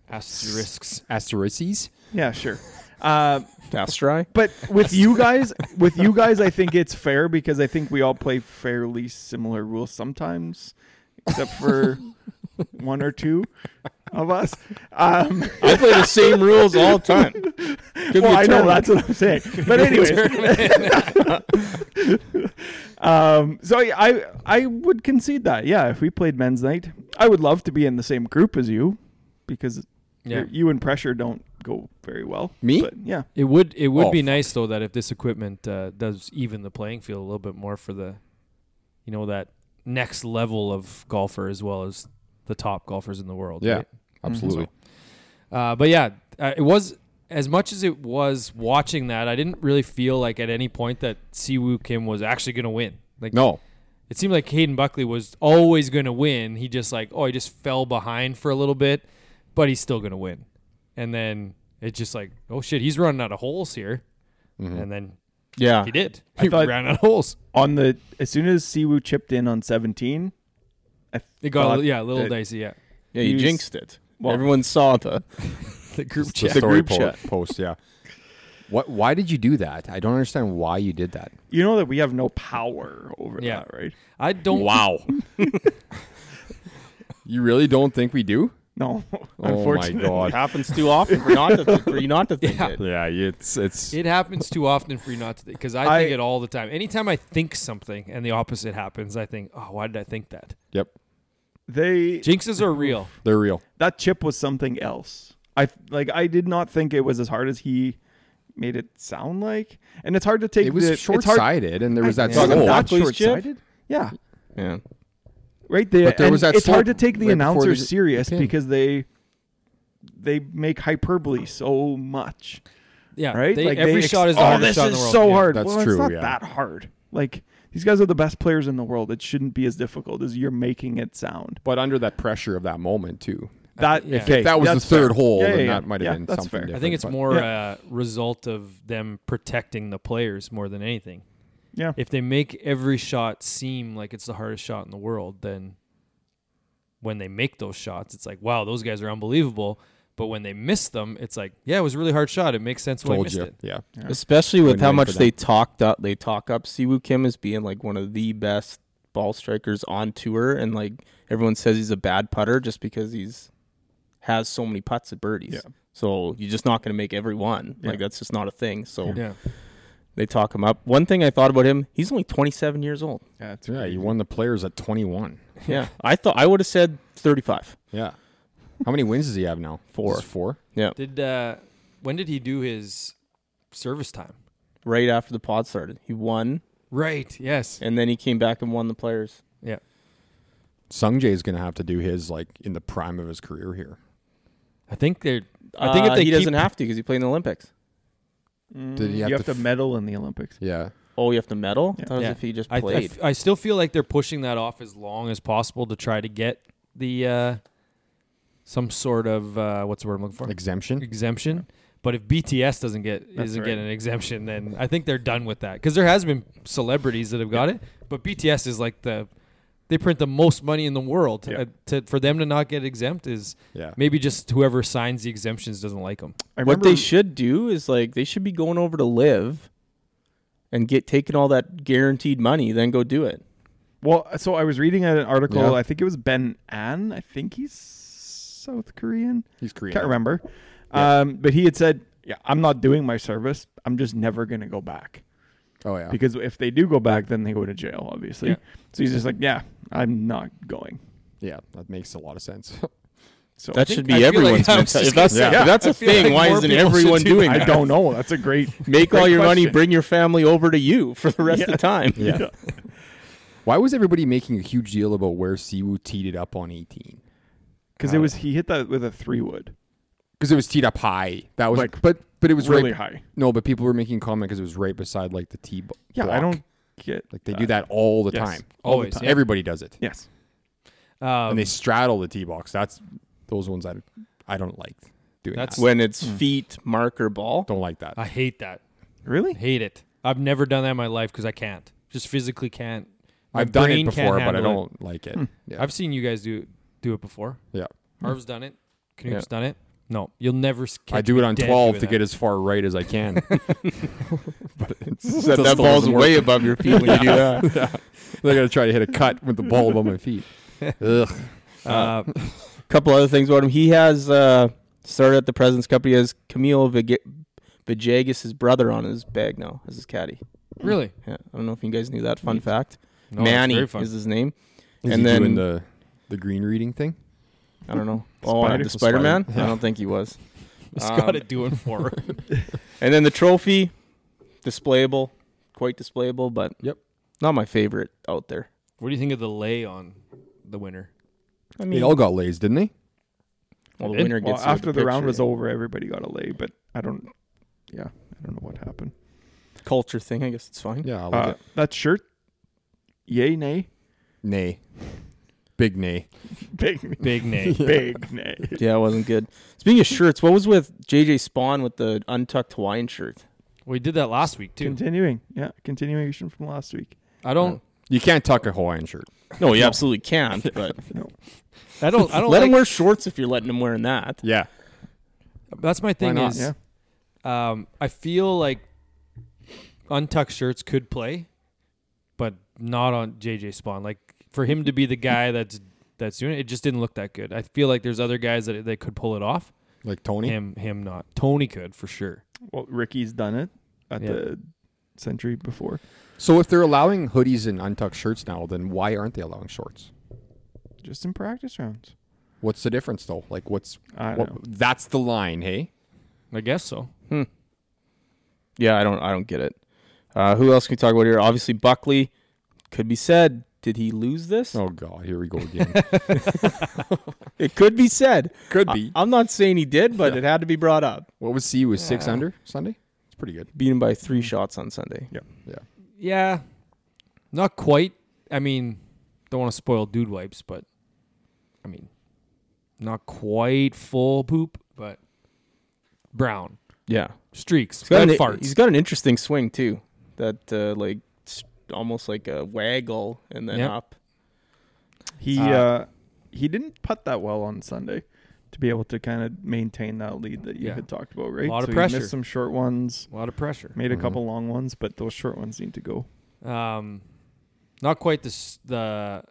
S1: Asterisks.
S3: Asterisks.
S4: Yeah, sure. Uh,
S2: Fast try.
S4: but with you guys, with you guys, I think it's fair because I think we all play fairly similar rules sometimes, except for one or two of us. Um,
S2: I play the same rules all the time. Could be
S4: well,
S2: a
S4: I
S2: tournament.
S4: know that's what I'm saying. But anyways, um, so yeah, I I would concede that. Yeah, if we played men's night, I would love to be in the same group as you, because
S1: Yeah.
S4: you're- you and pressure don't go very well.
S3: Me?
S4: but yeah.
S1: It would it would
S3: Oh,
S1: be
S3: fuck.
S1: nice though that if this equipment uh, does even the playing field a little bit more for the, you know that next level of golfer as well as the top golfers in the world.
S3: Yeah,
S1: right?
S3: absolutely.
S1: Uh, but yeah, uh, it was as much as it was watching that. I didn't really feel like at any point that Siwoo Kim was actually going to win. Like
S3: No,
S1: it seemed like Hayden Buckley was always going to win. He just like, oh, he just fell behind for a little bit, but he's still going to win. And then it's just like, oh shit, he's running out of holes here. And then
S2: Yeah.
S1: he did. He
S4: Mm-hmm. thought-
S1: ran out of holes.
S4: On the as soon as Siwoo chipped in on 17, I
S1: It got a
S4: thought
S1: little, yeah, a little
S4: that-
S1: dicey. Yeah,
S2: Yeah, you
S4: Use-
S2: jinxed it.
S4: Well-
S2: Everyone saw the.
S1: the group
S3: the
S1: chat.
S3: story
S2: group
S3: po-
S2: chat.
S3: post. Yeah. What? Why did you do that? I don't understand why you did that.
S4: You know that we have no power over
S1: Yeah.
S4: that, right?
S1: I don't.
S3: Wow. you really don't think we do?
S4: No,
S3: Oh my
S4: unfortunately.
S2: It
S3: god.
S2: happens too often for not to think, for you not to think
S1: Yeah.
S2: it.
S3: Yeah, it's it's
S1: It happens too often for you not to think because I,
S4: I-
S1: think it all the time. Anytime I think something and the opposite happens, I think, oh, why did I think that?
S3: yep.
S4: They
S1: Jinxes are real.
S3: They're real.
S4: that chip was something else. I like I did not think it was as hard as he made it sound like, and it's hard to take.
S3: It was
S4: the,
S3: short
S4: it's hard,
S3: sighted, and there was that
S4: Yeah,
S2: Talking
S3: slow.
S2: about-
S4: not
S2: Buckley's
S4: short
S2: chip?
S4: sighted. Yeah,
S2: Yeah.
S4: right there.
S3: But there
S4: and
S3: was that
S4: it's hard to
S3: slope
S4: take the
S3: right before
S4: announcer
S3: the-
S4: serious
S3: the pin.
S4: because they they make hyperbole so much.
S1: Yeah,
S4: right?
S1: They, every
S4: they
S1: shot is
S4: ex-
S1: the
S4: oh,
S1: hardest
S4: this
S1: shot in
S4: is
S1: the world.
S4: so
S1: Yeah.
S4: hard.
S3: That's
S4: well,
S3: true,
S4: It's not
S3: yeah.
S4: that hard. Like these guys are the best players in the world. It shouldn't be as difficult as you're making it sound.
S3: But under that pressure of that moment too.
S4: That
S1: Uh, yeah. If
S4: okay,
S3: that was the
S4: that's
S3: third
S4: fair.
S3: hole,
S4: Yeah,
S3: then
S4: yeah, yeah.
S3: that might have
S4: Yeah,
S3: been
S4: that's
S3: something
S4: fair.
S1: I
S3: different.
S1: think it's
S3: but-
S1: more a result of them protecting the players more than anything.
S4: Yeah.
S1: If they make every shot seem like it's the hardest shot in the world, then when they make those shots, it's like, wow, those guys are unbelievable. But when they miss them, it's like, yeah, it was a really hard shot. It makes sense why I
S3: told
S1: missed
S3: you.
S1: it.
S3: Yeah.
S2: Especially with
S3: Win-win
S2: how
S3: for
S2: much
S3: them.
S2: they talked up, they talk up Siwoo Kim as being like one of the best ball strikers on tour, and like everyone says he's a bad putter just because he's has so many putts at birdies.
S4: Yeah.
S2: So you're just not going to make every one.
S4: Yeah.
S2: Like that's just not a thing. So
S1: Yeah.
S2: they talk him up. One thing I thought about him, he's only 27 years old.
S4: Yeah, it's
S3: Yeah,
S4: crazy.
S3: you won the players at 21.
S2: Yeah, I thought I would have said 35.
S3: Yeah. How many wins does he have now?
S2: Four.
S3: Just Four.
S2: Yeah,
S1: Did uh, when did he do his service time?
S2: right after the pod started, he won,
S1: Right. Yes.
S2: and then he came back and won the players.
S1: Yeah.
S3: Sungjae is going to have to do his like in the prime of his career here.
S1: I think they're. I think
S2: Uh,
S1: if they
S2: he
S1: keep,
S2: doesn't have to because he played in the Olympics.
S3: Did he
S4: Mm, you
S3: have
S4: have,
S3: to
S4: to,
S3: f-
S4: medal in the Olympics.
S3: Yeah.
S2: Oh, you have to medal.
S4: Yeah.
S2: That was
S1: Yeah.
S2: if he just
S1: I- I
S2: played.
S1: f- I still feel like they're pushing that off as long as possible to try to get the uh, some sort of uh, what's the word I'm looking for
S3: Exemption.
S1: exemption. But if BTS doesn't get
S4: That's
S1: doesn't
S4: right.
S1: get an exemption, then I think they're done with that because there has been celebrities that have got it, but BTS is like the they print the most money in the world.
S4: Yeah.
S1: Uh, to, for them to not get exempt is
S3: Yeah.
S1: maybe just whoever signs the exemptions doesn't like them.
S4: I
S2: what
S4: remember
S2: they should do is like they should be going over to live and get taking all that guaranteed money, then go do it.
S4: Well, so I was reading an article.
S3: Yeah.
S4: I think it was Ben An. I think he's South Korean.
S3: He's Korean.
S4: Can't remember. Um, but he had said, "Yeah, I'm not doing my service. I'm just never going to go back
S3: Oh yeah.
S4: because if they do go back, then they go to jail, obviously."
S1: Yeah.
S4: So he's just like, "Yeah, I'm not going."
S3: Yeah, that makes a lot of sense.
S4: So
S2: That
S1: think-
S2: should
S1: I
S2: be
S1: feel
S2: everyone's
S1: like I was
S2: mentality.
S1: just
S2: If
S1: gonna
S2: that's,
S1: say,
S2: if that's a
S1: I feel
S2: thing,
S1: like
S2: why
S1: more
S2: isn't
S1: people should
S2: everyone
S1: do
S2: doing
S4: I
S2: that?
S4: don't know. That's a great
S2: Make all
S4: great
S2: your money,
S4: question.
S2: bring your family over to you for the rest
S4: Yeah.
S2: of time.
S3: Yeah. Why was everybody making a huge deal about where Siwoo teed it up on 18?
S4: because it was he hit that with a three wood,
S3: Because it was teed up high. That was
S4: Like,
S3: but but it was
S4: really
S3: right,
S4: high.
S3: No, but people were making comment because it was right beside like the tee. b-
S4: Yeah,
S3: block.
S4: I don't get
S3: Like they do that all the
S4: Yes.
S3: time.
S1: Always, yeah.
S3: Everybody does it,
S4: Yes,
S1: Um,
S3: and they straddle the tee box. That's those ones I I don't like doing.
S1: That's-
S3: that.
S2: When it's feet, marker, ball.
S3: don't like that.
S1: I hate that.
S4: really.
S1: Hate it. I've never done that in my life because I can't. Just physically can't. My
S3: I've done it
S1: brain can't
S3: before, but I
S1: handle it.
S3: don't like it. Yeah,
S1: I've seen you guys do do it before.
S3: yeah.
S1: Harv's done it. Canoop's done it. No, you'll never. s-
S3: I
S1: catch
S3: do
S1: me
S3: it on
S1: dead
S3: twelve
S1: doing
S3: to
S1: that.
S3: get as far right as I can. but it's,
S2: That, that ball's way above your feet when you do that.
S3: They're gonna try to hit a cut with the ball above my feet. Ugh.
S1: Uh,
S2: couple other things about him. He has uh, started at the President's Cup. He has Camilo Vig- Vijagas, his brother, on his bag now as his caddy.
S1: really?
S2: Yeah, I don't know if you guys knew that. Fun
S1: Neat.
S2: fact.
S1: No, it's
S2: Manny
S1: very fun.
S2: is his name.
S3: Is
S2: And
S3: he
S2: then-
S3: doing the the green reading thing.
S2: I don't know. Oh,
S4: Spider-
S2: the Spider Man.
S3: Spider-
S2: I don't think he was.
S1: It's
S2: Um,
S1: got it doing for. her.
S2: And then the trophy, displayable, quite displayable, but
S3: Yep.
S2: not my favorite out there.
S1: what do you think of the lay on the winner?
S2: I
S3: They
S2: mean,
S3: all got lays, didn't they?
S2: well, the
S1: Well,
S2: winner
S4: Well,
S2: gets
S4: after the round
S2: picture.
S4: was over, everybody got a lay, but I don't. Yeah, I don't know what happened.
S2: culture thing. I guess it's fine.
S3: Yeah, I like
S4: Uh,
S3: it.
S4: that shirt, yay nay,
S3: Nay, big nay.
S4: big
S1: Big name.
S4: big nay.
S2: Yeah, it wasn't good. Speaking of shirts, what was with JJ Spawn with the untucked Hawaiian shirt?
S1: We did that last week too.
S4: Continuing, yeah, continuation from last week.
S1: I don't.
S3: You can't tuck a Hawaiian shirt.
S2: No, you absolutely can't. But
S1: I don't. I don't.
S2: let
S1: like,
S2: him wear shorts if you're letting him wear that.
S3: Yeah.
S1: That's my thing.
S3: not?
S1: Is
S4: Yeah,
S1: um, I feel like untucked shirts could play, but not on JJ Spawn. Like for him to be the guy that's that's doing it, it just didn't look that good. I feel like there's other guys that that could pull it off.
S3: Like Tony.
S1: Him, him, not Tony could for sure.
S4: well, Ricky's done it at
S1: Yeah.
S4: the century before.
S3: So if they're allowing hoodies and untucked shirts now, then why aren't they allowing shorts?
S4: Just in practice rounds.
S3: What's the difference though? Like what's
S4: I
S3: what,
S4: know.
S3: that's the line, hey?
S1: I guess so.
S2: Yeah, I don't. I don't get it. Uh, who else can we talk about here? Obviously, Buckley could be said. Did he lose this?
S3: Oh god, here we go again.
S2: It could be said.
S3: Could
S2: I, am not saying he did, but it had to be brought up.
S3: Uh, what was C was six under Sunday? It's pretty good.
S2: Beaten by three shots on Sunday.
S1: Yeah, not quite. I mean, don't want to spoil dude wipes, but I mean, not quite full poop, but brown
S2: Yeah,
S1: streaks,
S2: he's got,
S1: red
S2: an,
S1: farts.
S2: he's got an interesting swing too. That uh, like s- almost like a waggle and then
S1: Yep.
S2: up.
S4: He
S1: Uh,
S4: uh, he didn't putt that well on Sunday to be able to kind of maintain that lead that you
S1: Yeah.
S4: had talked about, right?
S1: Lot of
S4: so He
S1: pressure.
S4: missed some short ones,
S1: a lot of pressure.
S4: made a
S3: Mhm.
S4: couple long ones, but those short ones need to go.
S1: Um, not quite the s- the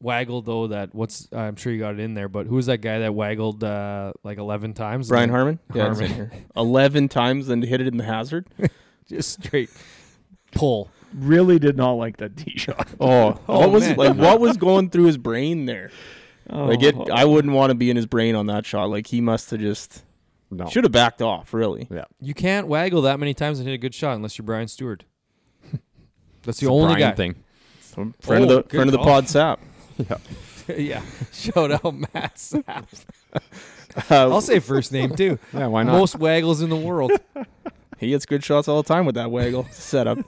S1: waggle though. That what's I'm sure you got it in there, but who was that guy that waggled uh, like 11 times?
S2: Brian
S1: Harmon
S2: Harmon. Yeah, it's in here. eleven times and hit it in the hazard.
S1: just straight pull.
S4: Really did not like that D shot.
S2: Oh,
S1: Oh,
S2: what was
S1: man.
S2: like? What was going through his brain there? Like
S4: Oh.
S1: Oh.
S2: it, I wouldn't want to be in his brain on that shot. Like he must have just
S3: No.
S2: should have backed off. Really,
S1: You can't waggle that many times and hit a good shot unless you're Brian Stewart. That's the
S3: It's a
S1: only
S3: Brian
S1: guy.
S3: thing.
S2: friend of
S1: Oh,
S2: the
S1: good
S2: friend of the
S1: call.
S2: pod sap.
S1: yeah, shout out Matt Sapp. I'll
S2: Uh,
S1: say first name too.
S3: Yeah, why not?
S1: Most waggles in the world.
S2: he hits good shots all the time with that waggle setup.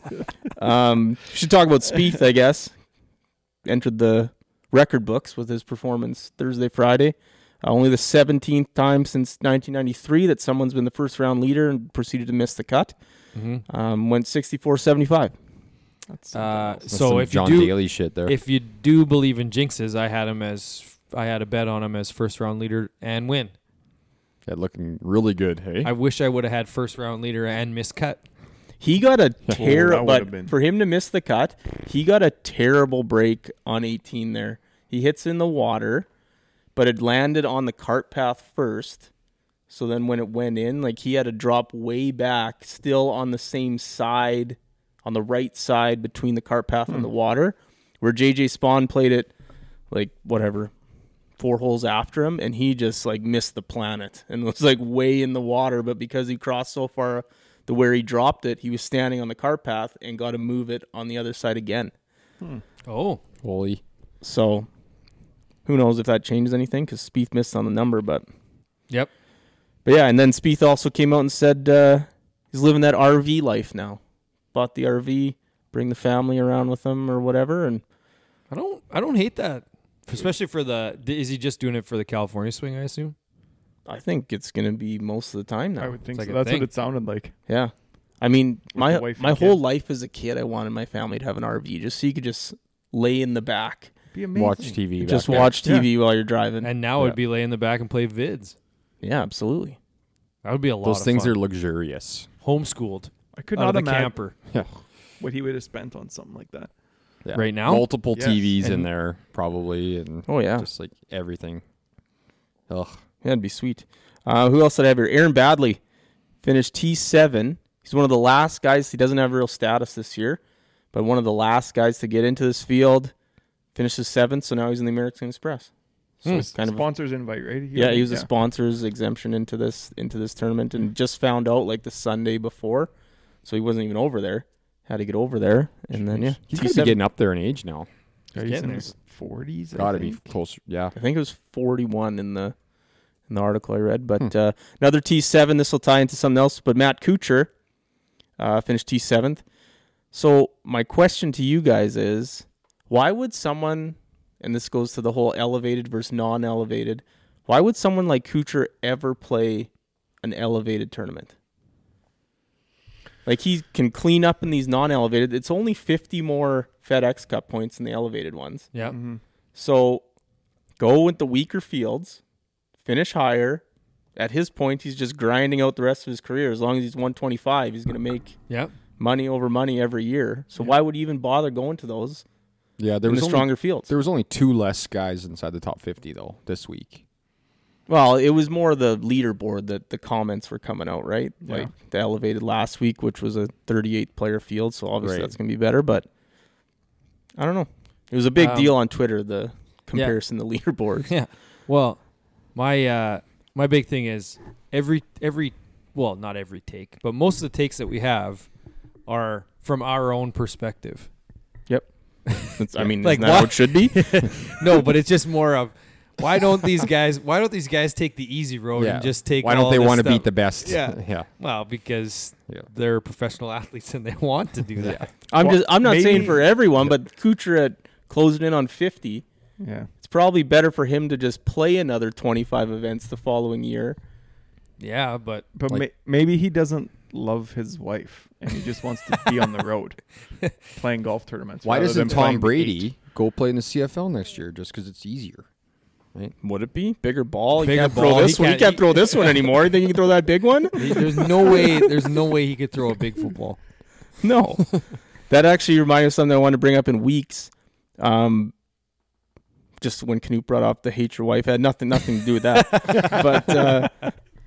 S2: Um, should talk about Spieth, I guess. Entered the record books with his performance Thursday, Friday. Uh, only the 17th time since 1993 that someone's been the first round leader and proceeded to miss the cut.
S1: Mhm.
S2: Um, went 64 75.
S4: That's
S1: Uh,
S3: That's
S1: so
S3: some
S1: if
S3: John
S1: you do,
S3: Daly shit there.
S1: if you do believe in jinxes, I had him as I had a bet on him as first round leader and win.
S3: yeah, looking really good, hey?
S1: I wish I would have had first round leader and miscut.
S2: He got a terrible,
S4: Oh,
S2: but
S4: would've been-
S2: for him to miss the cut, he got a terrible break on 18 there. He hits in the water, but it landed on the cart path first. So then when it went in, like he had to drop way back, still on the same side, on the right side
S4: Hmm.
S2: between the cart path and the water, where JJ Spawn played it like whatever, four holes after him, and he just like missed the planet and was like way in the water. But because he crossed so far to where he dropped it, he was standing on the car path and got to move it on the other side again.
S1: Oh,
S3: Holy.
S2: So who knows if that changes anything because Spieth missed on the number, but
S1: yep.
S2: but yeah. And then Spieth also came out and said uh, he's living that RV life now. Bought the RV, bring the family around with him or whatever, and
S1: I don't. I don't hate that, especially for the. Is he just doing it for the California swing? I assume.
S2: I think it's gonna be most of the time now.
S4: I would think
S1: It's like
S4: so.
S1: a
S4: That's
S1: thing.
S4: what it sounded like.
S2: Yeah. I mean, my
S4: the wife and
S2: my
S4: kid.
S2: whole life as a kid, I wanted my family to have an RV just so you could just lay in the back,
S4: Be amazing.
S3: Watch TV.
S2: just
S3: back
S2: watch
S4: Yeah.
S2: TV while you're driving.
S1: And now
S3: Yeah.
S1: it'd be lay in the back and play vids.
S2: yeah, absolutely.
S1: That would be a lot.
S3: there. Those
S1: of
S3: things
S1: fun.
S3: are luxurious.
S1: homeschooled
S4: I could
S1: out of
S4: not
S1: the
S4: imagine
S1: camper.
S3: Yeah.
S4: what he would have spent on something like that.
S3: Yeah.
S1: Right now?
S3: multiple
S4: Yes.
S3: TVs in
S1: And-
S3: there probably, and
S2: Oh yeah,
S3: just like everything. Ugh.
S2: Yeah, that'd be sweet. Uh, who else did I have here? Aaron Badley finished T seven. He's one of the last guys. He doesn't have real status this year, but one of the last guys to get into this field. Finishes seventh, so now he's in the American Express. So
S1: Hmm.
S2: it's kind of
S4: Sponsors invite, right?
S2: Yeah, he was a sponsor's exemption into this into this tournament,
S3: Mm-hmm.
S2: and just found out like the Sunday before, so he wasn't even over there. Had to get over there, and then yeah,
S3: He's gonna be
S2: T7
S3: getting up there in age now.
S4: Yeah,
S1: getting
S4: he's in
S1: there.
S4: his forties.
S3: Gotta be closer. Yeah.
S2: I think it was forty one in the in the article I read, but uh, another T seven. This will tie into something else, but Matt Kuchar uh, finished T seventh. So my question to you guys is, why would someone, and this goes to the whole elevated versus non-elevated, why would someone like Kuchar ever play an elevated tournament? Like he can clean up in these non-elevated. It's only fifty more FedEx Cup points in the elevated ones.
S1: Yeah.
S2: So go with the weaker fields, finish higher. At his point, he's just grinding out the rest of his career. As long as he's 125, he's going to make
S1: Yep.
S2: money over money every year. So why would he even bother going to those
S3: Yeah. There
S2: in
S3: was
S2: the
S3: only,
S2: stronger fields?
S3: There was only two less guys inside the top fifty though this week.
S2: Well, it was more the leaderboard that the comments were coming out, right? Like the elevated last week, which was a 38 player field. So obviously
S3: Right.
S2: that's going to be better. But I don't know. It was a big
S1: Um,
S2: deal on Twitter, the comparison to leaderboard.
S1: Yeah. Well, my uh, my big thing is every every well, not every take, but most of the takes that we have are from our own perspective.
S2: yep. That's, I mean,
S1: Like,
S2: like, isn't that how
S1: why-
S2: it should be?
S1: No, but it's just more of why don't these guys why don't these guys take the easy road
S3: yeah.
S1: and Oh, just take
S3: Why don't
S1: all
S3: they
S1: this
S3: want to
S1: stuff?
S3: beat the best?
S1: Yeah.
S3: yeah.
S1: Well, because
S3: Yeah.
S1: they're professional athletes and they want to do that.
S2: I'm
S4: Well,
S2: just I'm not saying
S4: maybe-
S2: for everyone, but Kucher at closing in on 50,
S4: Yeah.
S2: it's probably better for him to just play another 25 events the following year.
S1: Yeah, but
S4: But
S3: Like-
S4: ma- maybe he doesn't love his wife and he just wants to be on the road playing golf tournaments.
S3: Why
S4: rather
S3: doesn't
S4: than
S3: Tom
S4: playing the
S3: Brady
S4: eight.
S3: go play in the CFL next year just because it's easier?
S2: Would it be bigger ball?
S1: Bigger
S2: you can't
S1: ball.
S2: throw this
S1: He
S2: one. You
S1: can't-
S2: can't
S1: he-
S2: throw this one anymore. You think you can throw that big one?
S1: there's no way there's no way he could throw a big football.
S2: No. that actually reminded me of something I wanted to bring up in weeks. Um, just when Canute brought up the hate your wife it had nothing nothing to do with that. but uh,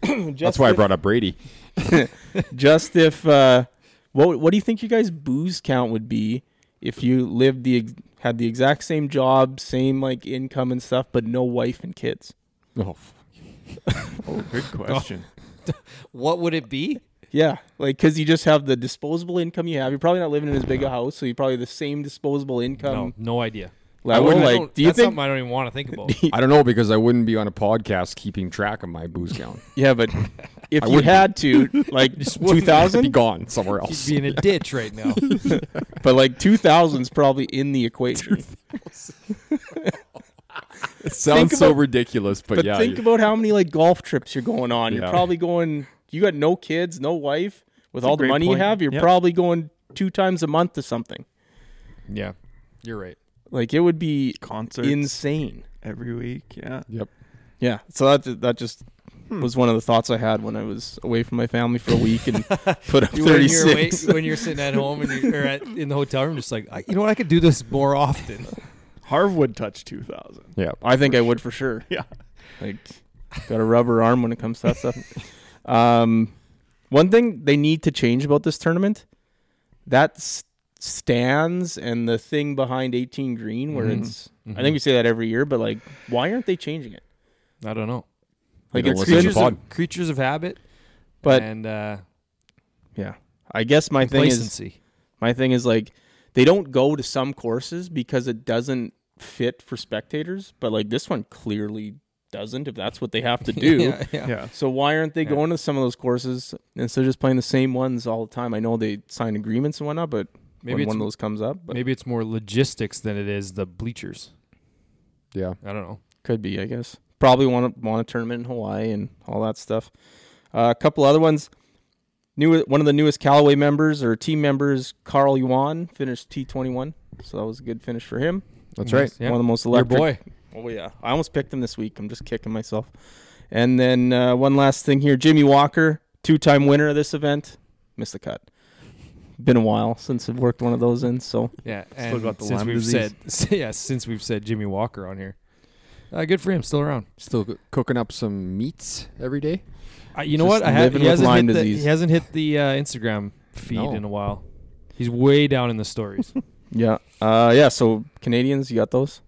S3: That's
S2: just
S3: why I
S2: if-
S3: brought up Brady.
S2: just if uh, what what do you think you guys booze count would be if you lived the ex- had the exact same job, same like income and stuff, but no wife and kids?
S3: Oh, f-
S4: Oh, good question.
S1: What would it be?
S2: Yeah, like because you just have the disposable income you have. You're probably not living in as big a house, so you probably have the same disposable
S1: no,
S2: income
S1: no idea.
S2: level.
S1: wouldn't-
S2: like,
S1: don't-
S2: do you
S1: that's
S2: think?
S1: something I don't even want to think about.
S3: I don't know because I wouldn't be on a podcast keeping track of my booze count.
S2: yeah, but if
S3: I
S2: you
S3: wouldn't.
S2: had to, like two
S3: I'd be
S2: thousand,
S3: gone somewhere
S1: He'd
S3: else.
S1: be in a ditch right now.
S2: but like two thousand's probably in the equation.
S3: It sounds so
S2: about-
S3: ridiculous, but,
S2: But
S3: yeah,
S2: think
S3: you-
S2: about how many like golf trips you're going on.
S3: Yeah.
S2: You're probably going. You got no kids, no wife. With
S4: a
S2: all the
S4: great
S2: money
S4: point.
S2: you have, you're
S4: Yep.
S2: probably going two times a month to something.
S1: yeah, you're right.
S2: Like it would be
S4: Concerts
S2: insane.
S4: every week. Yeah.
S3: yep.
S2: Yeah. So that ju- that just
S4: Hmm.
S2: was one of the thoughts I had when I was away from my family for a week and put up
S1: When
S2: thirty
S1: you're, away,
S2: six.
S1: when you're sitting at home and you or at, in the hotel room, just like I, you know what, I could do this more often.
S4: Harv would touch two thousand.
S3: Yeah.
S2: I think I would for sure.
S4: Yeah.
S2: Like, got a rubber arm when it comes to that stuff. Um, one thing they need to change about this tournament, that s- stands and the thing behind 18 green where
S1: Mhm.
S3: Mm-hmm.
S2: it's I think we say that every year, but like, why aren't they changing it?
S1: I don't know.
S2: Like,
S3: don't
S2: it's
S3: listen to the
S1: Creatures
S2: creatures, of-
S3: pod.
S1: of, creatures of habit,
S2: but
S1: and uh,
S2: yeah, I guess my thing is
S1: complacency.
S2: My thing is like they don't go to some courses because it doesn't fit for spectators, but like this one clearly doesn't if that's what they have to do.
S1: yeah, yeah.
S4: Yeah.
S2: So why aren't they
S1: Yeah.
S2: going to some of those courses instead of just playing the same ones all the time? I know they sign agreements and whatnot, but
S1: Maybe
S2: when
S1: it's
S2: one of those comes up, but
S1: maybe it's more logistics than it is the bleachers.
S3: Yeah.
S1: I don't know.
S2: could be, I guess. Probably want to want a tournament in Hawaii and all that stuff. Uh, a couple other ones. New one of the newest Callaway members or team members, Carl Yuan, finished T twenty one. So that was a good finish for him.
S3: That's
S1: Nice.
S3: right.
S1: Yeah.
S2: One of the most
S1: Your
S2: electric
S1: boy.
S2: Oh yeah, I almost picked him this week. I'm just kicking myself. And then uh, one last thing here: Jimmy Walker, two-time winner of this event, missed the cut. Been a while since I've worked one of those in, so
S1: Yeah,
S4: Still
S1: and
S4: got the
S1: since
S4: Lyme
S1: we've
S4: disease.
S1: said yeah, since we've said Jimmy Walker on here, uh, good for him, still around.
S3: Still c- cooking up some meats every day.
S1: Uh, you know
S2: Just
S1: what? I have,
S2: living
S1: he,
S2: with
S1: hasn't
S2: Lyme
S1: hit the,
S2: disease.
S1: he hasn't hit the uh, Instagram feed
S3: No.
S1: in a while. He's way down in the stories.
S2: yeah, uh, yeah. So Canadians, you got those?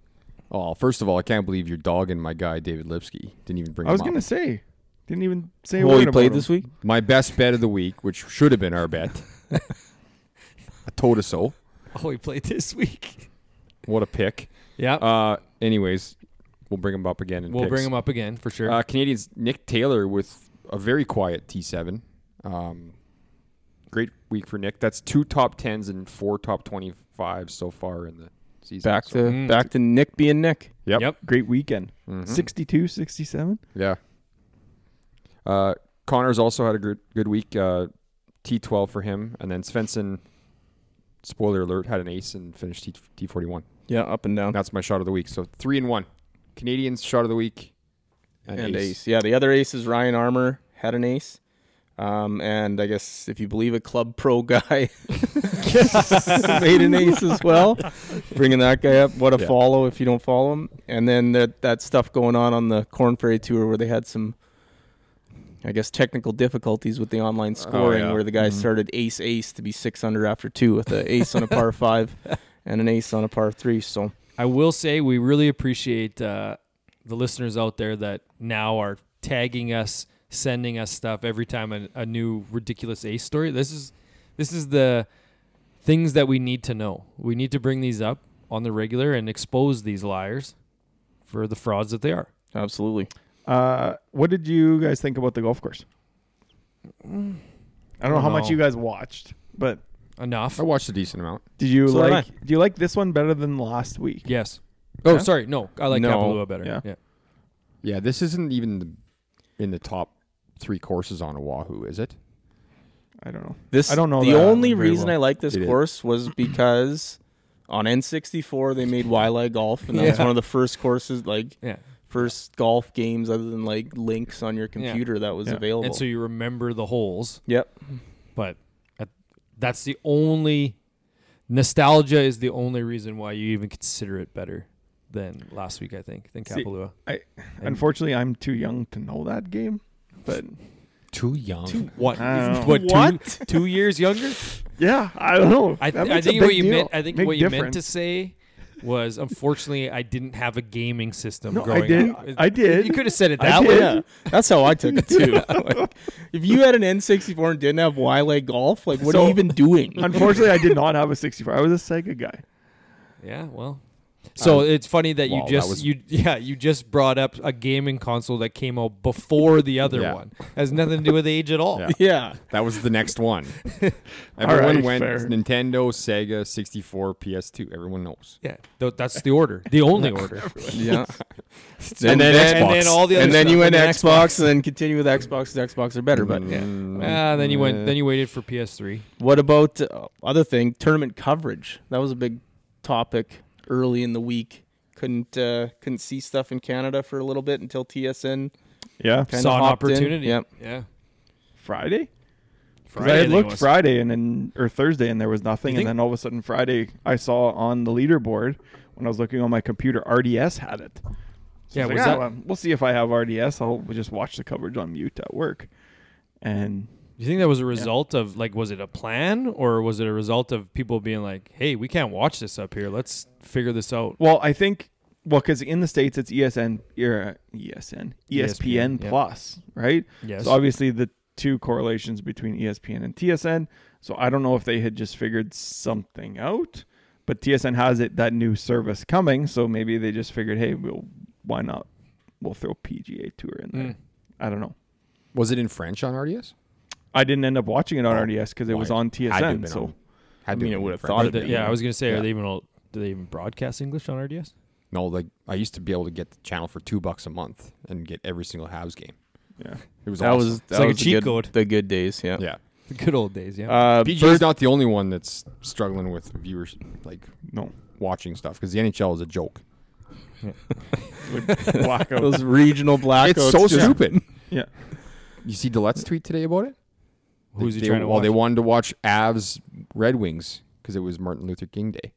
S3: Oh, first of all, I can't believe your dog and my guy David Lipsky didn't even bring.
S4: I was
S3: him
S4: gonna
S3: up.
S4: say, didn't even say. a
S2: Well,
S4: word
S2: you
S4: about
S2: played
S4: him.
S2: this week.
S3: my best bet of the week, which should have been our bet. I told us so.
S1: oh, he played this week.
S3: What a pick.
S1: Yeah,
S3: Uh, anyways, we'll bring him up again. In
S1: we'll
S3: picks.
S1: bring him up again for sure.
S3: Uh, Canadians Nick Taylor with a very quiet T7. Um, great week for Nick. That's two top tens and four top twenty fives so far in the season.
S2: Back to
S3: So-
S1: Mm.
S2: back to Nick being Nick.
S3: yep.
S1: yep.
S4: Great weekend.
S1: Mm-hmm.
S3: Mhm.
S4: Sixty-two, sixty-seven. 62, 67.
S3: Yeah. Uh, Connors also had a good good week. Uh, T12 for him, and then Svensson. Spoiler alert: had an ace and finished T T41.
S2: Yeah, up and down
S3: That's my shot of the week. So three and one. Canadians shot of the week. And,
S2: and
S3: ace.
S2: ace. Yeah, the other ace is Ryan Armour had an ace. Um, and I guess if you believe a club pro guy made an ace as well, bringing that guy up. What a
S3: Yeah.
S2: follow if you don't follow him. And then that that stuff going on on the Corn Ferry tour where they had some, I guess, technical difficulties with the online scoring
S3: Oh, yeah.
S2: where the guy
S3: Mhm.
S2: started ace ace to be six under after two with an ace on a par five and an ace on a par three. So
S1: I will say we really appreciate uh, the listeners out there that now are tagging us, sending us stuff every time a, a new ridiculous ace story. This is this is the things that we need to know. We need to bring these up on the regular and expose these liars for the frauds that they are.
S2: absolutely,
S4: Uh, what did you guys think about the golf course?
S1: Mm.
S4: I don't know how much
S1: No.
S4: you guys watched, but
S1: Enough.
S3: I watched a decent amount.
S4: did you
S2: So did
S4: like? Do you like this one better than last week?
S1: Yes. Oh,
S4: Yeah?
S1: sorry. No, I like
S2: No.
S1: Kapalua better.
S4: Yeah.
S1: Yeah.
S3: Yeah, this isn't even the, in the top three courses on Oahu, is it?
S4: I don't know.
S2: This
S4: I don't know
S2: The
S4: that
S2: only
S4: one very
S2: reason
S4: well.
S2: I like this
S3: It is.
S2: course was because on N64 they made Wiley Golf, and that was
S1: Yeah.
S2: one of the first courses, like
S1: Yeah.
S2: first golf games other than like links on your computer that was
S4: Yeah.
S2: available.
S1: And so you remember the holes.
S2: yep.
S1: but at- that's the only nostalgia is the only reason why you even consider it better than last week. I think than
S4: See-
S1: Kapalua.
S4: I unfortunately I'm too young to know that game, but
S3: Too young.
S1: What?
S4: I don't know.
S1: What?
S2: What?
S1: Two, two years younger?
S4: yeah, I don't know.
S1: I,
S4: That
S1: I
S4: makes a
S1: think what
S4: big
S1: you
S4: deal.
S1: meant. I think
S4: Big
S1: what you meant to
S4: difference.
S1: say was, unfortunately, I didn't have a gaming system.
S4: No, I
S1: growing
S4: didn't.
S1: up.
S4: I did.
S1: You could have said it
S4: I
S1: that
S4: did.
S1: way.
S2: Yeah, that's how I took it too. Like, if you had an N64 and didn't have Wiley Golf, like what are
S4: So-
S2: you even doing?
S4: Unfortunately, I did not have a 64. I was a Sega guy.
S1: Yeah. Well. So it's funny that you
S3: well, that
S1: just
S3: was-
S1: you yeah you just brought up a gaming console that came out before the other
S3: Yeah.
S1: one has nothing to do with age at all.
S3: Yeah.
S2: yeah,
S3: That was the next one.
S4: All
S3: Everyone
S4: right,
S3: went
S4: fair.
S3: Nintendo, Sega, 64, PS2. Everyone knows.
S1: Yeah, th- that's the order, the only order.
S2: yeah.
S3: And then Xbox.
S1: And then all the other
S2: and then
S1: stuff.
S2: you went
S1: then
S2: Xbox, and then continue with Xbox. 'cause Xbox are better, but
S3: Mm,
S1: Ah, then you went. Then you waited for PS3.
S2: What about uh, other thing? Tournament coverage. That was a big topic early in the week. Couldn't uh, couldn't see stuff in Canada for a little bit until TSN
S4: Yeah,
S2: kind
S1: Saw
S2: of
S1: an opportunity.
S2: In. Yep.
S1: Yeah.
S4: Friday. 'Cause
S1: Friday,
S4: I
S1: I
S4: had
S1: think it
S4: looked
S1: was.
S4: Friday and then or Thursday and there was nothing,
S1: You think-
S4: and then all of a sudden Friday I saw on the leaderboard when I was looking on my computer RTS had it.
S1: Yeah.
S4: I was
S1: Was
S4: like, "Ah,
S1: that?
S4: well, we'll see if I have RDS. I'll just watch the coverage on mute at work. And
S1: you think that was a result of like, was it a plan or was it a result of people being like, "Hey, we can't watch this up here. Let's figure this out."
S4: well, I think well, because in the states it's ESN, er, ESN, ESPN,
S1: ESPN, yeah.
S4: Plus, right?
S1: Yes.
S4: So obviously the two correlations between E ESPN and TSN. So I don't know if they had just figured something out, but TSN has it that new service coming. So maybe they just figured, hey, we'll why not? We'll throw PGA Tour in there.
S1: Mm.
S3: Hmm.
S4: I don't know.
S3: Was it in French on RDS?
S4: I didn't end up watching it on
S3: Oh,
S4: RDS because it was
S3: why?
S4: on
S3: Had to have
S4: TSN.
S3: been
S4: So
S3: on- had
S2: I
S3: to
S2: mean,
S3: have
S2: it
S3: been
S2: would
S3: in
S2: have
S3: French.
S2: thought
S1: Did they-
S2: it'd be.
S1: yeah, I was gonna say,
S3: Yeah.
S1: are they even? al- Do they even broadcast English on RDS?
S3: No, like I used to be able to get the channel for two bucks a month and get every single Habs game.
S4: yeah,
S3: It was
S2: That
S3: awesome.
S2: was that
S1: like a
S2: was the
S1: cheat
S2: good,
S1: code.
S2: The good days, yeah.
S3: yeah.
S1: The good old days, yeah.
S2: Uh,
S3: PGA's
S2: first-
S3: not the only one that's struggling with viewers like
S4: no,
S3: watching stuff because the NHL is a joke.
S4: blackout.
S2: those regional blackouts.
S3: It's so
S2: just-
S3: stupid.
S4: yeah,
S3: You see Dillette's tweet today about it?
S1: Who's
S3: they,
S1: he
S3: they-
S1: trying to
S3: Well,
S1: watch?
S3: they wanted to watch Avs Red Wings because it was Martin Luther King Day.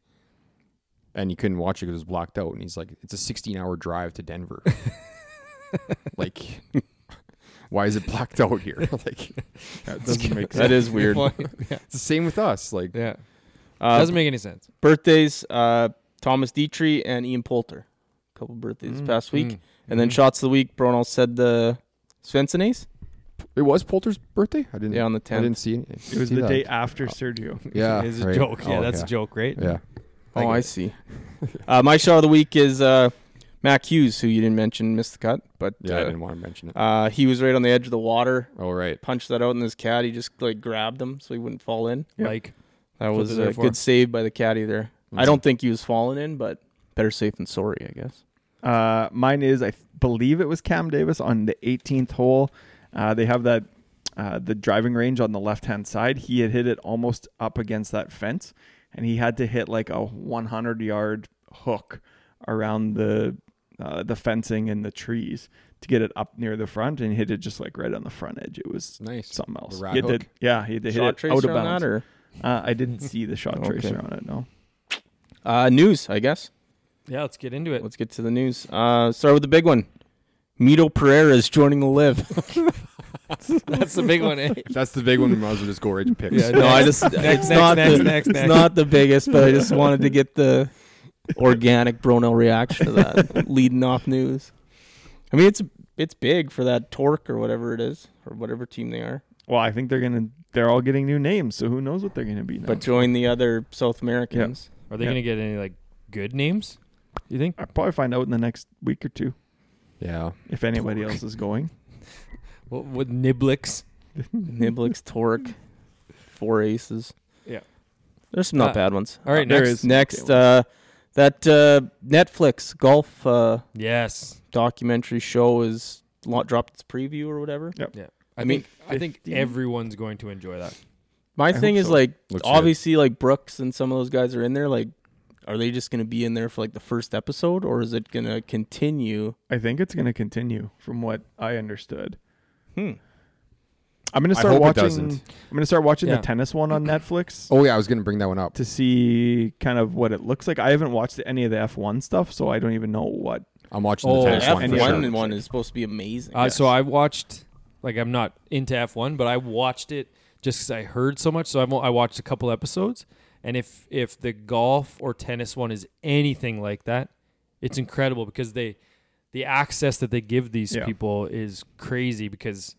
S3: And you couldn't watch it because it was blocked out. And he's like, it's a 16 hour drive to Denver. like, why is it blocked out here? like,
S4: that doesn't make sense.
S2: That is weird.
S1: yeah,
S3: it's the same with us. Like,
S1: yeah.
S2: Uh,
S1: Doesn't make any sense.
S2: birthdays: uh, Thomas Dietrich and Ian Poulter. A couple birthdays this
S4: Mm.
S2: past week,
S1: Mm.
S2: and then
S1: Mhm.
S2: shots of the week. Bruno said the Svensenes.
S3: it was Poulter's birthday? I didn't,
S2: Yeah, on the
S3: I
S2: tenth.
S3: didn't see it.
S4: It was
S3: see
S4: the
S3: that.
S4: day after Sergio.
S3: Yeah.
S1: it's a
S3: right.
S1: joke. Yeah,
S3: Oh,
S1: that's a joke, right?
S3: Yeah.
S2: Oh,
S3: I
S2: I see. uh, my shot of the week is uh, Mac Hughes, who you didn't mention, missed the cut, but
S3: Yeah, I
S2: uh,
S3: didn't want to mention it.
S2: uh, he was right on the edge of the water.
S3: All right.
S2: Punched that out in his cat. He just like grabbed him so he wouldn't fall in.
S4: Yep.
S1: Like
S2: That
S1: That's what
S2: was
S1: they're
S2: a
S1: there for.
S2: good save by the caddy there. I
S3: Mhm.
S2: don't think he was falling in, but better safe than sorry, I guess.
S4: Uh, mine is I f- believe it was Cam Davis on the 18th hole. Uh, they have that uh, the driving range on the left hand side. He had hit it almost up against that fence, and he had to hit like a 100 yard hook around the uh, the fencing and the trees to get it up near the front, and hit it just like right on the front edge. It was
S3: Nice.
S4: something else.
S3: The rat
S4: He had to-
S3: hook?
S4: yeah, he had to
S2: Shot
S4: hit it out
S2: tracer
S4: of
S2: on
S4: bounds.
S2: that, or
S4: uh, I didn't see the shot
S2: Okay.
S4: tracer on it. No.
S2: uh, news, I guess.
S1: yeah, let's get into it.
S2: Let's get to the news. Uh, start with the big one. Mito Pereira is joining the live.
S1: That's the big one, eh?
S3: That's the big one. We might as well just go right to picks.
S1: Yeah,
S2: No, I just
S1: Uh, Next,
S2: it's
S1: next,
S2: not
S1: next,
S2: the,
S1: next,
S2: it's
S1: next.
S2: not the biggest, but I just wanted to get the organic Bronell reaction to that leading off news. I mean, it's it's big for that Torque or whatever it is or whatever team they are.
S4: Well, I think they're gonna they're all getting new names, so who knows what they're gonna be now.
S2: But join the other South Americans.
S1: Are they
S4: Yeah.
S1: gonna get any like good names? You think?
S4: I'll probably find out in the next week or two
S3: Yeah.
S4: if anybody else is going.
S1: What, what Niblix?
S2: Niblix, Torque, four aces.
S1: Yeah.
S2: There's some not
S1: Uh,
S2: bad ones.
S1: All right,
S4: there
S1: next.
S4: is-
S2: Next, uh, that uh, Netflix golf uh,
S1: Yes,
S2: documentary show is lot dropped its preview or whatever.
S1: I,
S2: I mean,
S1: mean, I think
S4: 15?
S1: everyone's going to enjoy that.
S2: My
S4: I
S2: thing
S4: hope
S2: is
S4: so.
S2: like
S3: Looks good.
S2: obviously like Brooks and some of those guys are in there. Like, are they just gonna be in there for like the first episode, or is it gonna continue?
S4: I think it's gonna continue from what I understood.
S2: Hmm.
S4: I'm gonna
S3: I
S4: start
S3: hope it
S4: watching
S3: doesn't.
S4: I'm gonna start watching
S1: Yeah.
S4: the tennis one on Netflix
S3: Oh yeah, I was gonna bring that one up.
S4: to see kind of what it looks like. I haven't watched any of the F one stuff, so I don't even know what
S3: I'm watching
S1: Oh,
S3: the tennis
S2: F
S3: one.
S2: one
S3: for sure.
S2: and one is supposed to be amazing.
S1: Uh, So I watched, like, I'm not into F1, but I watched it just because I heard so much. So I, wa- I watched a couple episodes, and if if the golf or tennis one is anything like that, it's incredible because they the access that they give these
S4: Yeah.
S1: people is crazy because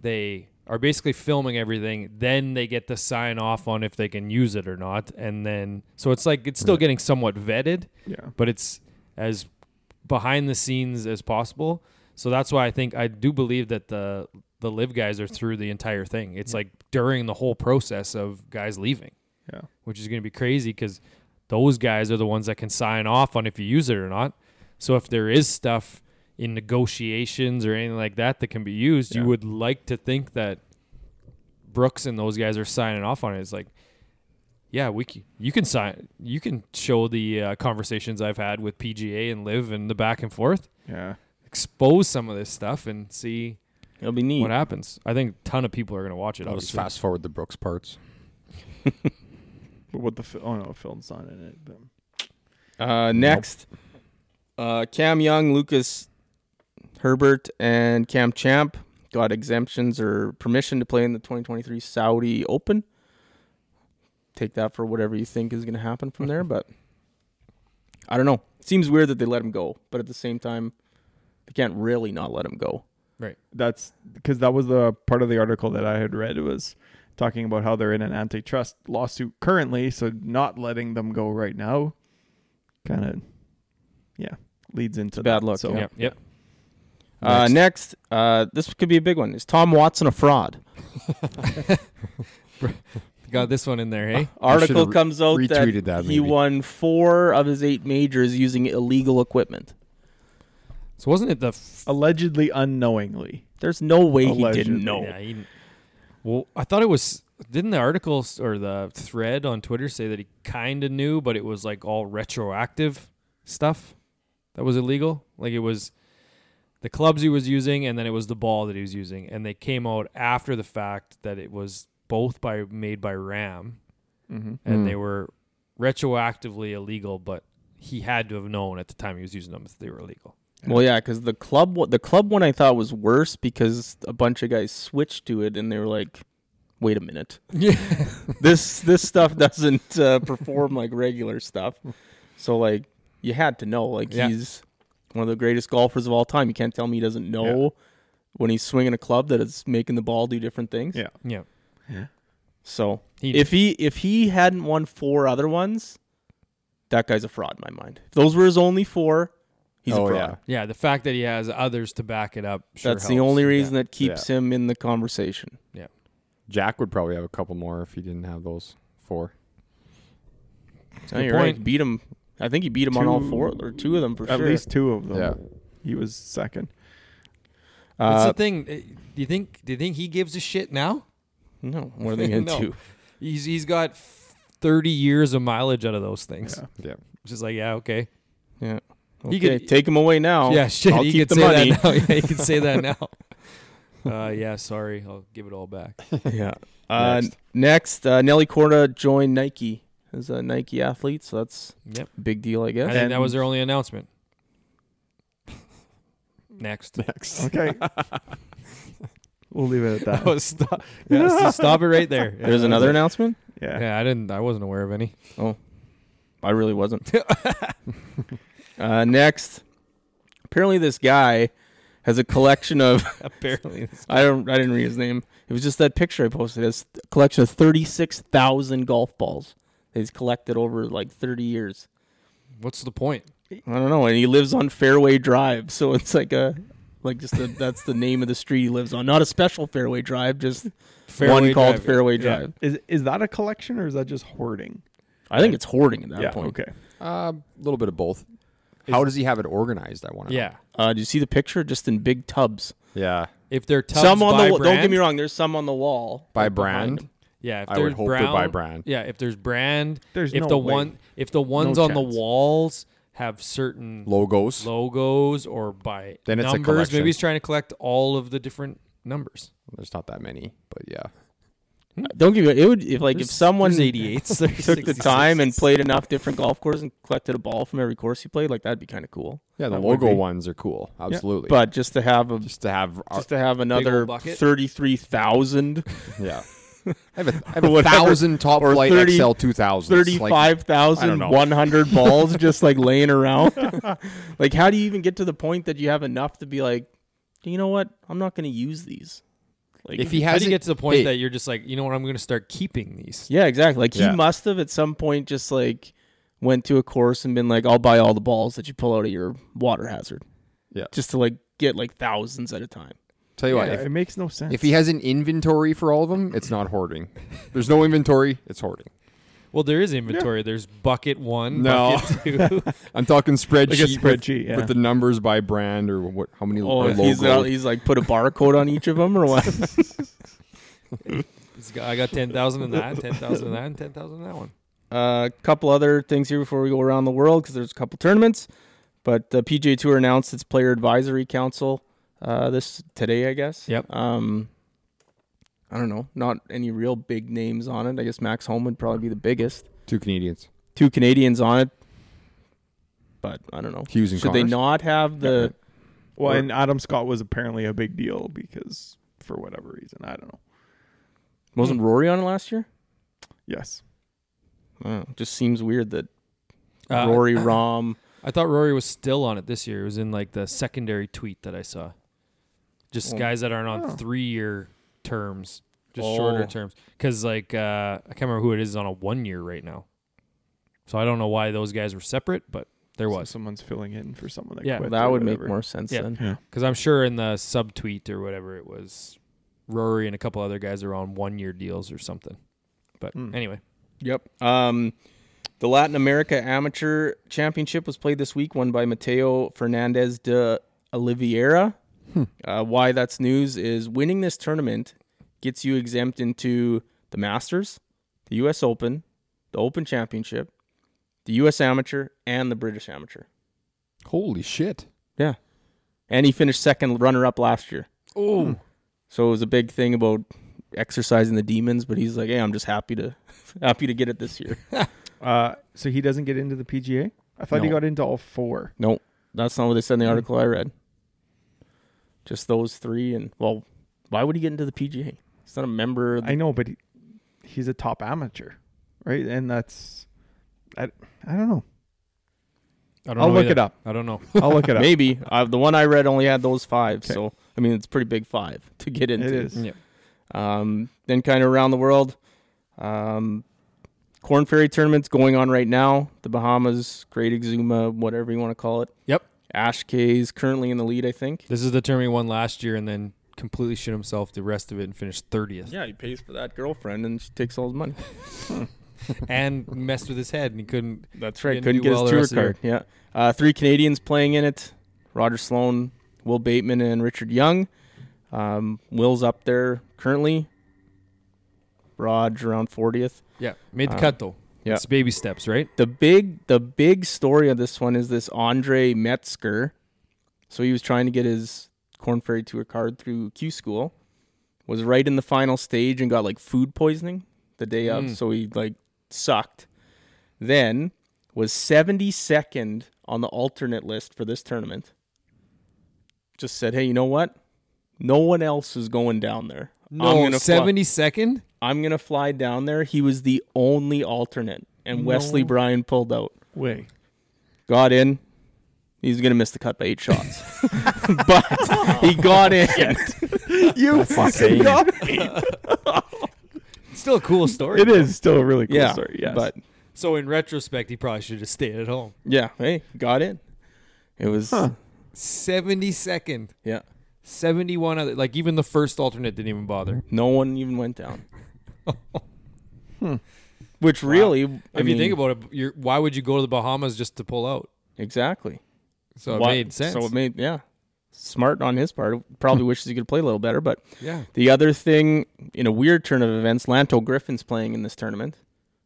S1: they are basically filming everything then they get to sign off on if they can use it or not and then so it's like it's still getting somewhat vetted
S4: yeah.
S1: but it's as behind the scenes as possible. So that's why I think I do believe that the the live guys are through the entire thing. It's like during the whole process of guys leaving,
S4: Yeah.
S1: which is going to be crazy because those guys are the ones that can sign off on if you use it or not. So if there is stuff in negotiations or anything like that that can be used,
S4: Yeah.
S1: you would like to think that Brooks and those guys are signing off on it. It's like yeah, we c- you can sign you can show the uh, conversations I've had with PGA and Live and the back and forth.
S4: Yeah.
S1: Expose some of this stuff and see
S2: it'll be neat.
S1: what happens. I think a ton of people are going to watch it.
S3: I'll just
S1: Obviously,
S3: fast forward the Brooks parts.
S4: But what the fi- oh no, Phil's not in it. But
S2: Uh, next, uh, Cam Young, Lucas Herbert, and Cam Champ got exemptions or permission to play in the 2023 Saudi Open. Take that for whatever you think is going to happen from there, but I don't know. It seems weird that they let him go, but at the same time, they can't really not let him go.
S1: Right.
S4: That's because that was the part of the article that I had read. It was talking about how they're in an antitrust lawsuit currently, so not letting them go right now kind of, yeah, leads into
S2: bad
S4: that.
S2: look,
S4: So
S2: yeah.
S1: Yep. Yep.
S2: Uh, next, uh, this could be a big one. Is Tom Watson a fraud?
S1: Got this one in there, hey?
S2: Uh, Article
S3: re-
S2: comes out that,
S3: retweeted that,
S2: he
S3: maybe.
S2: won four of his eight majors using illegal equipment.
S1: So wasn't it the f-
S4: allegedly unknowingly.
S2: There's no way he
S4: Allegedly.
S2: didn't know.
S1: Yeah, he, well, I thought it was. Didn't the article s- or the thread on Twitter say that he kind of knew, but it was like all retroactive stuff that was illegal? Like it was the clubs he was using, and then it was the ball that he was using, and they came out after the fact that it was both by made by Ram,
S2: Mm-hmm.
S4: Mhm.
S1: and
S3: Hmm.
S1: they were retroactively illegal, but he had to have known at the time he was using them that they were illegal.
S2: Well, yeah, because the club one- the club one I thought was worse because a bunch of guys switched to it and they were like, "Wait a minute,
S1: Yeah,
S2: this this stuff doesn't uh, perform like regular stuff." So like, you had to know. Like
S1: Yeah.
S2: he's one of the greatest golfers of all time. You can't tell me he doesn't know when he's swinging a club that it's making the ball do different things.
S4: Yeah.
S1: yeah.
S2: So
S1: He
S2: if he if he hadn't won four other ones, that guy's a fraud in my mind. If those were his only four, he's
S3: oh
S2: a fraud.
S3: yeah.
S1: Yeah, the fact that he has others to back it up. Sure
S2: That's the
S1: helps.
S2: only
S1: Yeah.
S2: reason that keeps him in the conversation.
S3: Jack would probably have a couple more if he didn't have those four.
S2: No,
S1: good
S2: you're right.
S1: point.
S2: Beat him. I think he beat him on all
S4: Two-
S2: four or two of them for
S4: At
S2: sure.
S4: least two of them.
S3: Yeah.
S4: He was second.
S1: That's
S2: Uh,
S1: the thing. Uh, Do you think? Do you think he gives a shit now?
S2: no, more than gonna
S1: No.
S2: do.
S1: He's he's got thirty years of mileage out of those things.
S4: Yeah.
S3: Yeah.
S1: Just like yeah, okay,
S2: Yeah.
S1: He
S2: Okay,
S1: could-
S2: take him away now.
S1: yeah, shit.
S2: I'll
S1: he could
S2: keep the
S1: say
S2: money.
S1: that now. yeah, he can say that now. Uh, yeah, sorry, I'll give it all back.
S2: yeah. Uh, next, uh, Nelly Corda joined Nike as a Nike athlete, so that's
S1: Yep,
S2: a big deal,
S1: I
S2: I guess.
S1: think that
S4: And-
S1: was their only announcement. Next,
S3: Next.
S4: Okay. we'll leave it at that.
S1: oh, stop. Yeah, so stop it right there. Yeah,
S2: There's
S1: that was
S2: another
S1: it.
S2: announcement.
S4: Yeah.
S1: Yeah, I didn't. I wasn't aware of any.
S2: I really wasn't. uh, next, apparently this guy has a collection of
S1: Apparently,
S2: I don't I didn't read his name. It was just that picture I posted. It's a collection of thirty six thousand golf balls that he's collected over like thirty years.
S1: what's the point?
S2: I don't know, and he lives on Fairway Drive, so it's like a like just the, that's the name of the street he lives on. Not a special Fairway Drive, just one
S1: Fairway
S2: called
S1: drive.
S2: Fairway
S4: Yeah.
S2: Drive.
S4: Is is that a collection or is that just hoarding?
S2: I think it's hoarding at that
S4: yeah.
S2: point.
S4: Okay.
S3: A Uh, little bit of both. How does he have it organized? I want to.
S1: Yeah,
S2: Uh, do you see the picture? Just in big tubs.
S3: Yeah.
S1: if they're tubs
S2: some on
S1: by
S2: the wall. Don't get
S1: brand-
S2: me wrong. There's some on the wall.
S3: By
S2: like, behind
S3: brand.
S2: him.
S1: Yeah, if
S3: I
S1: there's
S3: would hope they're
S1: brown,
S3: by brand.
S1: Yeah, if there's brand,
S4: There's
S1: if
S4: no
S1: the
S4: way.
S1: one if the ones on the
S4: chance.
S1: walls have certain
S3: Logos.
S1: logos or by
S3: Then it's a
S1: numbers,
S3: collection.
S1: maybe he's trying to collect all of the different numbers.
S3: There's not that many, but yeah.
S2: Don't give me. It would if like if
S1: There's-
S2: someone
S1: there's 88s, there's
S2: took the
S1: 66s.
S2: time and played enough different golf courses and collected a ball from every course he played, like that'd be kind of cool.
S3: Yeah, the
S4: That would
S3: logo
S4: be-
S3: ones are cool. Absolutely.
S2: But just to have a
S3: Uh, just to have, uh, our,
S2: just to have another
S1: old bucket.
S2: thirty-three thousand,
S3: yeah. I have a, I have a
S2: Whatever.
S3: thousand top
S2: Or
S3: flight
S2: 30
S3: XL 2000s. Like,
S2: thirty-five thousand one hundred balls just like laying around. like, how do you even get to the point that you have enough to be like, you know what? I'm not going to use these. Like,
S3: if he
S1: How
S3: has
S1: do you
S3: it-
S1: get to the point
S3: hey,
S1: that you're just like, you know what, I'm going to start keeping these?
S2: yeah, exactly. Like
S3: Yeah.
S2: he must have at some point just like went to a course and been like, I'll buy all the balls that you pull out of your water hazard.
S3: Yeah.
S2: just to like get like thousands at a time.
S3: tell you what,
S4: Yeah,
S3: if,
S4: it makes no sense.
S3: if he has an inventory for all of them, it's not hoarding. There's no inventory, it's hoarding.
S1: Well, there is inventory. There's bucket one,
S3: No.
S1: bucket two.
S3: I'm talking spreadsheet, with-
S4: spreadsheet,
S3: with,
S4: yeah.
S3: the numbers by brand or what? How many?
S2: Oh,
S3: or
S2: he's,
S3: logo.
S2: uh, he's like put a barcode on each of them or what?
S1: It's got- I got ten thousand in that, ten thousand in that, and ten thousand in that one.
S2: A Uh, couple other things here before we go around the world because there's a couple tournaments. But the PGA Tour announced its Player Advisory Council uh, this today, I guess.
S1: Yep.
S2: Um, I don't know. Not any real big names on it. I guess Max Home would probably be the biggest.
S3: Two Canadians,
S2: Two Canadians on it, but I don't know.
S3: Hughes and
S2: Should they
S3: Connors?
S2: not have the?
S4: well, and Adam Scott was apparently a big deal because for whatever reason, I don't know.
S2: Wasn't Rory on it last year?
S4: Yes.
S2: I don't know. It just seems weird that
S1: Uh,
S2: Rory Rom.
S1: I thought Rory was still on it this year. It was in like the secondary tweet that I saw. Just
S2: Oh.
S1: guys that aren't on three year terms, just
S2: Oh.
S1: shorter terms. Because like uh, I can't remember who it is on a one year right now. So I don't know why those guys were separate, but there
S4: So
S1: was.
S4: someone's filling in for someone that
S1: Yeah,
S4: quit.
S2: That
S4: or
S2: would make
S4: whatever.
S2: more sense
S1: Yeah.
S2: then.
S1: Because I'm sure in the sub tweet or whatever it was, Rory and a couple other guys are on one year deals or something. But
S4: Hmm.
S1: anyway,
S2: Yep. Um, the Latin America Amateur Championship was played this week, won by Mateo Fernandez de Oliveira. Uh, why that's news is winning this tournament gets you exempt into the Masters, the U.S. Open, the Open Championship, the U.S. Amateur, and the British Amateur.
S3: Holy shit.
S2: Yeah. And he finished second runner up last year.
S1: oh,
S2: So it was a big thing about exercising the demons, but he's like, hey, I'm just happy to happy to get it this year.
S4: Uh, so he doesn't get into the PGA. I thought he
S2: No.
S4: got into all four.
S2: No, that's not what they said in
S4: Mm.
S2: the article I read. Just those three, and well, why would he get into the PGA? He's not a member. Of the,
S4: I know, but he, he's a top amateur, right? And that's, I, I don't know.
S1: I don't
S4: I'll
S1: know
S4: look
S1: either.
S4: it up.
S1: I don't know.
S4: I'll look it up.
S2: maybe uh, the one I read only had those five.
S4: Okay.
S2: So I mean, it's a pretty big five to get into.
S4: It is.
S1: yeah.
S2: Um, then kind of around the world, um, Corn Ferry tournaments going on right now. The Bahamas, Great Exuma, whatever you want to call it.
S1: Yep.
S2: Ash K is currently in the lead, I think.
S1: This is the term he won last year and then completely shit himself the rest of it and finished 30th
S2: Yeah, he pays for that girlfriend, and she takes all his money.
S1: and messed with his head and he couldn't.
S2: That's
S1: right.
S2: right.
S1: Didn't
S2: Couldn't
S1: do
S2: get
S1: well the
S2: his
S1: rest of the
S2: tour card. Yeah. Uh, three Canadians playing in it: Roger Sloan, Will Bateman, and Richard Young. Um, Will's up there currently. Raj around fortieth.
S1: Yeah. Made the
S2: Uh,
S1: cut though.
S2: yeah.
S1: It's baby steps, right?
S2: The big, the big story of this one is this Andre Metzger. So he was trying to get his Corn Ferry Tour card through Q School. Was right in the final stage and got like food poisoning the day of,
S1: Mm.
S2: so he like sucked. Then was 72nd on the alternate list for this tournament. Just said, hey, you know what? No one else is going down there. I'm
S1: No,
S2: gonna fly-
S1: seventy second.
S2: I'm gonna fly down there. He was the only alternate, and Wesley Bryan pulled out.
S4: Way.
S2: Got in. He's gonna miss the cut by eight shots, but he got in.
S4: You fucking got
S1: Still a cool story.
S4: It is still a really cool
S2: yeah,
S4: story. Yes.
S2: but
S1: So in retrospect, he probably should have stayed at home.
S2: yeah, hey, got in. It was
S4: Huh.
S1: Seventy second,
S2: yeah.
S1: seventy one other. Like even the first alternate didn't even bother.
S2: No one even went down. Which really, I
S1: Hmm. if
S2: mean,
S1: you think about it, you're, why would you go to the Bahamas just to pull out?
S2: exactly,
S1: So it
S2: Why-
S1: made sense.
S2: So it made yeah, smart on his part. Probably wishes he could play a little better, but
S1: yeah.
S2: The other thing, in a weird turn of events, Lanto Griffin's playing in this tournament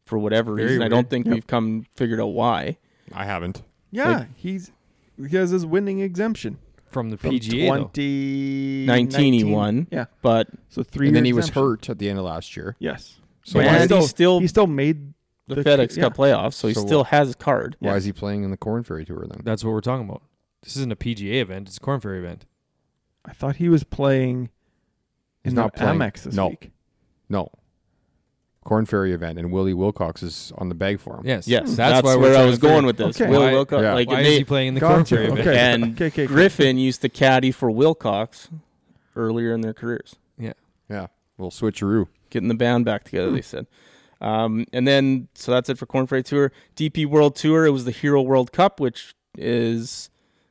S2: for whatever
S1: Very
S2: reason. I don't
S1: weird.
S2: think
S4: Yep.
S2: we've come figured out why.
S3: I haven't.
S4: yeah, he's he has his winning exemption
S1: From the
S4: from
S1: PGA. though.
S4: 20,
S2: 19 he won,
S4: Yeah,
S2: but
S4: so three.
S3: And then he
S4: year
S3: was
S4: exemption.
S3: hurt at the end of last year.
S4: Yes.
S3: So
S4: But
S2: why
S4: he
S2: is he still-
S4: he still made
S2: the,
S4: The-
S2: FedEx
S4: yeah.
S2: Cup playoffs, so he
S3: So
S2: still
S3: what?
S2: has a card.
S3: Why is he playing in the Corn Ferry Tour then?
S1: That's what we're talking about. This isn't a PGA event. It's a Corn Ferry event.
S4: I thought he was playing
S3: He's
S4: in
S3: not
S4: the
S3: playing.
S4: Amex this
S3: No.
S4: week.
S3: No. Corn Ferry event, and Willie Wilcox is on the bag for him.
S1: Yes.
S2: Yes,
S1: Hmm. That's,
S2: that's,
S1: why we're
S2: where I
S1: trying
S2: was
S1: to figure-
S2: going with this.
S4: Okay.
S2: Will
S1: Why-
S2: Wilcox,
S3: yeah.
S2: like
S1: Why
S2: they-
S1: is he playing in the Corn
S4: Gotcha.
S1: Ferry event?
S4: Okay.
S2: and
S4: Okay, okay, okay.
S2: Griffin used the caddy for Wilcox earlier in their careers.
S3: Yeah. Well, switcheroo.
S2: getting the band back together. They said, um, and then so that's it for Corn Ferry Tour, DP World Tour. It was the Hero World Cup, which is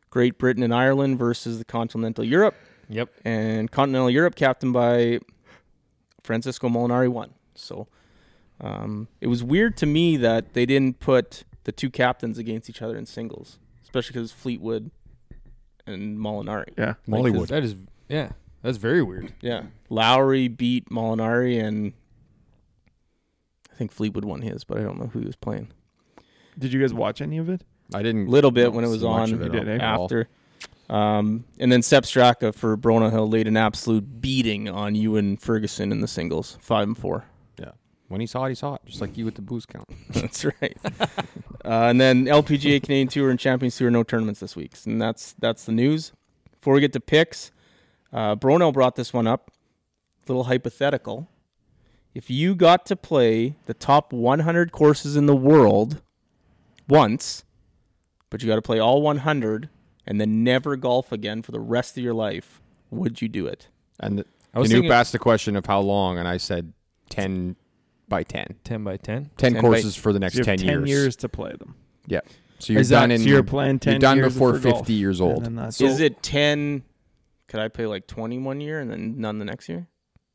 S2: Great Britain and Ireland versus the Continental Europe,
S1: Yep.
S2: and Continental Europe captained by Francisco Molinari won. So um, it was weird to me that they didn't put the two captains against each other in singles, especially because Fleetwood and Molinari.
S4: Yeah.
S3: Mollywood.
S1: That is yeah. That's very weird.
S2: Yeah. Lowry beat Molinari and I think Fleetwood won his, but I don't know who he was playing.
S4: Did you guys watch any of it?
S3: I didn't.
S2: Little bit when it was
S3: see much
S2: on
S3: of it
S4: You did,
S3: at
S4: eh?
S3: all.
S2: After. Um, and then Sepp Straka for Brona Hill laid an absolute beating on Ewan Ferguson in the singles, five and four.
S3: Yeah. When he saw it, he saw it, just like you with the booze count.
S2: That's right. uh, and then LPGA Canadian Tour and Champions Tour, no tournaments this week. And that's that's the news. Before we get to picks, uh, Bronell brought this one up. Little hypothetical. If you got to play the top 100 courses in the world once, but you got to play all 100 and then never golf again for the rest of your life, would you do it?
S3: And the,
S1: I was
S3: Canoop
S1: thinking-
S3: asked the question of how long, and I said ten by 10.
S1: 10 by 10.
S2: 10
S3: 10,
S2: by-
S3: courses for the next
S4: So you have
S3: 10, years.
S4: to play them.
S3: Yeah. So you're
S1: Is that-
S3: done in
S4: so you're playing 10
S3: you're done
S4: years
S3: before
S4: for golf.
S3: 50 years
S4: And
S3: old.
S4: then that's-
S2: Is it 10? Could I play like 20 one year and then none the next year?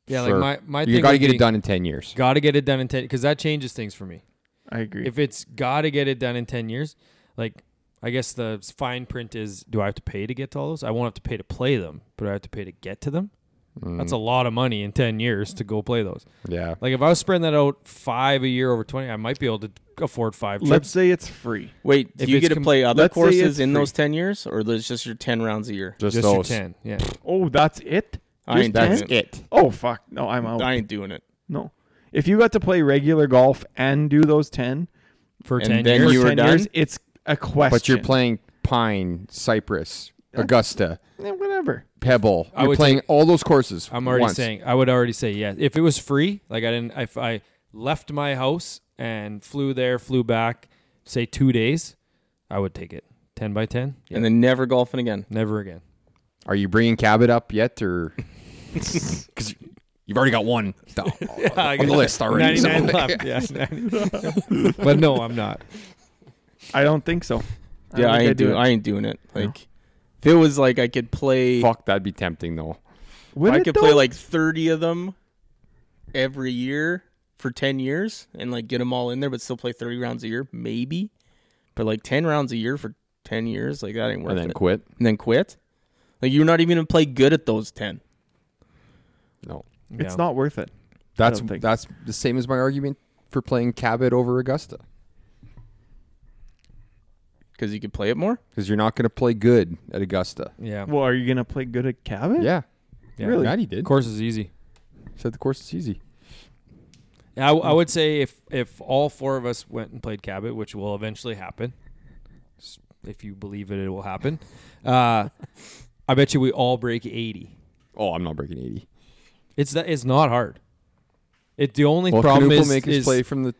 S1: Yeah,
S3: Sure.
S1: like my, my
S3: you
S1: thing
S3: got to
S1: would
S3: get
S1: be,
S3: it done in 10 years.
S1: Got to get it done in 10 because that changes things for me.
S4: I agree.
S1: If it's got to get it done in 10 years, like I guess the s- fine print is do I have to pay to get to all those? I won't have to pay to play them, but I have to pay to get to them. That's a lot of money in 10 years to go play those.
S3: Mm, Yeah.
S1: Like if I was spreading that out five a year over 20, I might be able to afford five trips.
S4: Let's say it's free.
S2: Wait, do
S1: If
S2: you
S1: it's
S2: get to
S1: com-
S2: play other
S4: let's say it's
S2: courses in
S4: free.
S2: those 10 years or there's just your 10 rounds a year?
S3: Just,
S1: Just your
S3: those.
S1: 10. Yeah.
S4: Oh, that's it.
S2: I ain't
S4: Just
S2: doing
S3: That's
S2: it.
S3: it.
S4: Oh fuck, no, I'm out.
S2: I ain't doing it.
S4: No, if you got to play regular golf and do those ten
S1: For
S2: And
S1: 10
S2: then
S1: years.
S4: for
S2: you were
S4: ten
S2: done?
S4: years, it's a question.
S3: But you're playing Pine, Cypress, Augusta,
S4: Eh, whatever.
S3: Pebble.
S1: I
S3: You're
S1: would
S3: playing all those courses.
S1: I'm already
S3: once.
S1: saying I would already say yes. If it was free, like I didn't if I left my house and flew there, flew back, say two days, I would take it. Ten by ten? Yeah.
S2: And then never golfing again.
S1: Never again.
S3: Are you bringing Cabot up yet, or because you've already got one th-
S1: I
S3: on
S1: got
S3: the list already? so-
S1: left. Yeah. but no, I'm not.
S4: I don't think so.
S2: yeah,
S4: don't
S2: I
S4: think
S2: ain't doing.
S4: it.
S2: I ain't doing it. Like, if it was like I could play,
S3: Fuck, that'd be tempting though.
S4: Would
S2: if I
S4: it
S2: could play
S4: though?
S2: like thirty of them every year for ten years and like get them all in there, but still play thirty rounds a year, maybe. But like ten rounds a year for ten years, like that ain't worth
S3: And then
S2: it.
S3: quit.
S2: and then quit. Like you're not even gonna play good at those ten.
S3: No,
S4: it's
S1: Yeah.
S4: not worth it.
S3: that's
S4: don't think-
S3: that's the same as my argument for playing Cabot over Augusta
S2: Because you could play it more.
S3: because you're not going to play good at Augusta.
S1: Yeah.
S4: Well, are you gonna play good at Cabot?
S3: Yeah,
S1: yeah.
S4: Eh, really?
S3: Maddie did.
S1: Course is easy.
S3: Said the course is easy.
S1: Yeah, I, w- I would say if if all four of us went and played Cabot, which will eventually happen, s- if you believe it, it will happen. Uh, I bet you we all break eighty.
S3: Oh, I'm not breaking eighty.
S1: It's that it's not hard. It the only
S3: Well,
S1: problem
S3: Canoop will
S1: is,
S3: make us
S1: is-
S3: play from the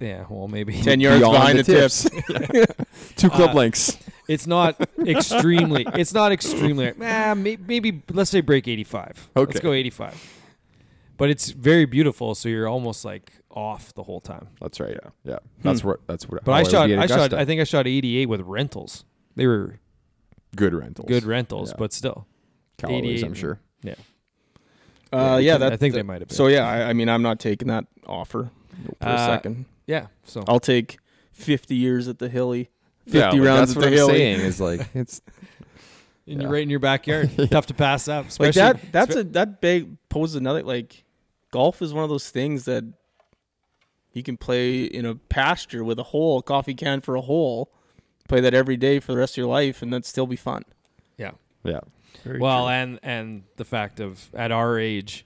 S1: yeah. Well, maybe
S2: Ten yards
S3: beyond
S2: behind the,
S3: the
S2: tips.
S3: two club
S1: Uh,
S3: lengths.
S1: it's not extremely. It's not extremely. Nah, may, maybe let's say break eighty five.
S3: Okay.
S1: let's go eighty five. But it's very beautiful, so you're almost like off the whole time.
S3: That's right. Yeah, that's what that's what.
S1: But
S3: how
S1: I
S3: Oh, would
S1: shot.
S3: be at
S1: I shot.
S3: Augusta.
S1: I think I shot eighty eight with rentals. They were
S3: good rentals.
S1: good rentals,
S3: Yeah.
S1: but still.
S3: Callaway's,
S1: 88.
S3: I'm sure.
S1: Yeah.
S2: Uh, yeah, that,
S1: I think they might have been.
S2: So yeah, I, I mean, I'm not taking that offer for a
S1: Uh,
S2: second.
S1: Yeah. So
S2: I'll take 50 years at the Hilly, 50
S3: yeah, like,
S2: rounds
S3: that's
S2: at
S3: what
S2: the
S3: I'm
S2: Hilly.
S3: saying is like it's
S1: and
S3: yeah.
S1: you're right in your backyard. Tough to pass up.
S2: Like
S1: Especially,
S2: that, that's a that big poses another like golf is one of those things that you can play in a pasture with a hole, a coffee can for a hole, play that every day for the rest of your life, and that'd still be fun.
S1: yeah.
S3: yeah.
S4: Very
S1: Well,
S4: true.
S1: and and the fact of at our age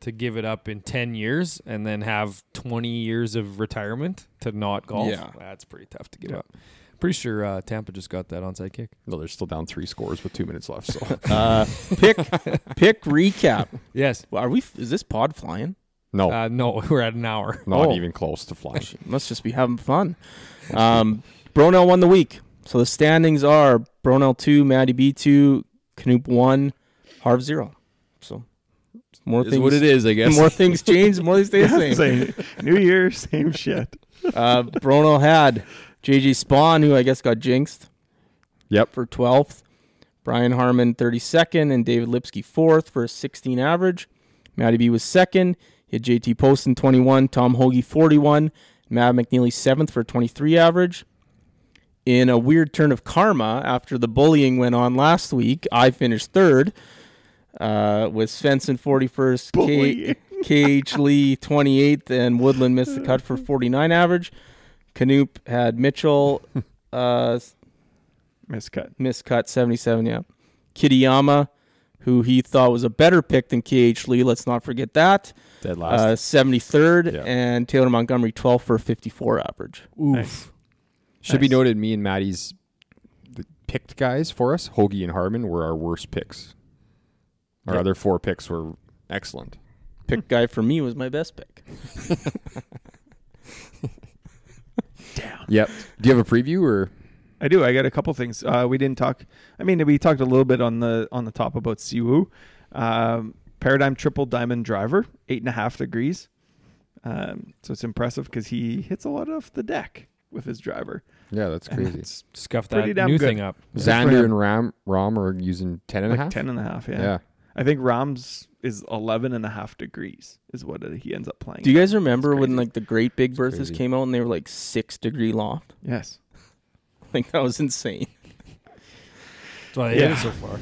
S1: to give it up in 10 years and then have 20 years of retirement to not golf.
S2: Yeah.
S1: That's pretty tough to give up. Pretty sure uh, Tampa just got that onside kick.
S3: No, they're still down three scores with two minutes left. So
S2: Uh, pick pick recap.
S1: Yes.
S2: Well, are we? Is this pod flying?
S3: no,
S1: Uh, no, we're at an hour.
S3: not
S2: oh.
S3: even close to flying.
S2: Must just be having fun. Um, Bronell won the week. So the standings are Bronell 2, Maddie B 2, Knoop 1, Harv 0. So more
S3: Is
S2: things
S3: what it is, I guess.
S2: more things change, more they stay the same.
S4: same. New Year, same shit.
S2: Uh, Bronell had JJ Spawn, who I guess got jinxed
S3: yep.
S2: for 12th, Brian Harmon 32nd, and David Lipsky 4th for a 16 average. Matty B was 2nd. He had JT Poston 21, Tom Hoagie 41, Matt McNeely 7th for a 23 average. In a weird turn of karma, after the bullying went on last week, I finished third uh, with Svensson 41st, K- KH Lee 28th, and Woodland missed the cut for 49 average. Canoop had Mitchell uh,
S4: Miscut.
S2: miscut 77 yeah kitayama who he thought was a better pick than kh lee let's not forget that
S3: Dead last.
S2: uh, 73rd
S3: Yeah.
S2: and taylor montgomery 12 for a 54 average
S1: Oof.
S4: Nice.
S3: Should be
S4: nice.
S3: noted, me and Maddie's the picked guys for us, Hoagie and Harmon, were our worst picks. Our
S1: Yeah.
S3: other four picks were excellent.
S2: pick guy for me was my best pick
S4: Damn.
S3: Yep. Do you have a preview or?
S4: I do. I got a couple things. Uh, we didn't talk. I mean, we talked a little bit on the on the top about Siwoo. Um, Paradigm Triple Diamond Driver, eight and a half degrees. Um, so it's impressive because he hits a lot off the deck with his driver.
S3: Yeah, that's crazy.
S1: Scuff that
S4: Pretty damn
S1: new
S4: good.
S1: thing up.
S3: Xander and Ram Rom are using ten and a
S4: Like
S3: half.
S4: ten and a half. Yeah.
S3: Yeah.
S4: I think Rom's is 11 and a half degrees is what he ends up playing.
S2: Do you guys remember when
S4: crazy.
S2: like the Great Big Berthas
S3: crazy.
S2: came out and they were like six degree loft?
S4: yes.
S2: Like that was insane.
S1: That's what I
S4: Yeah.
S1: did so far.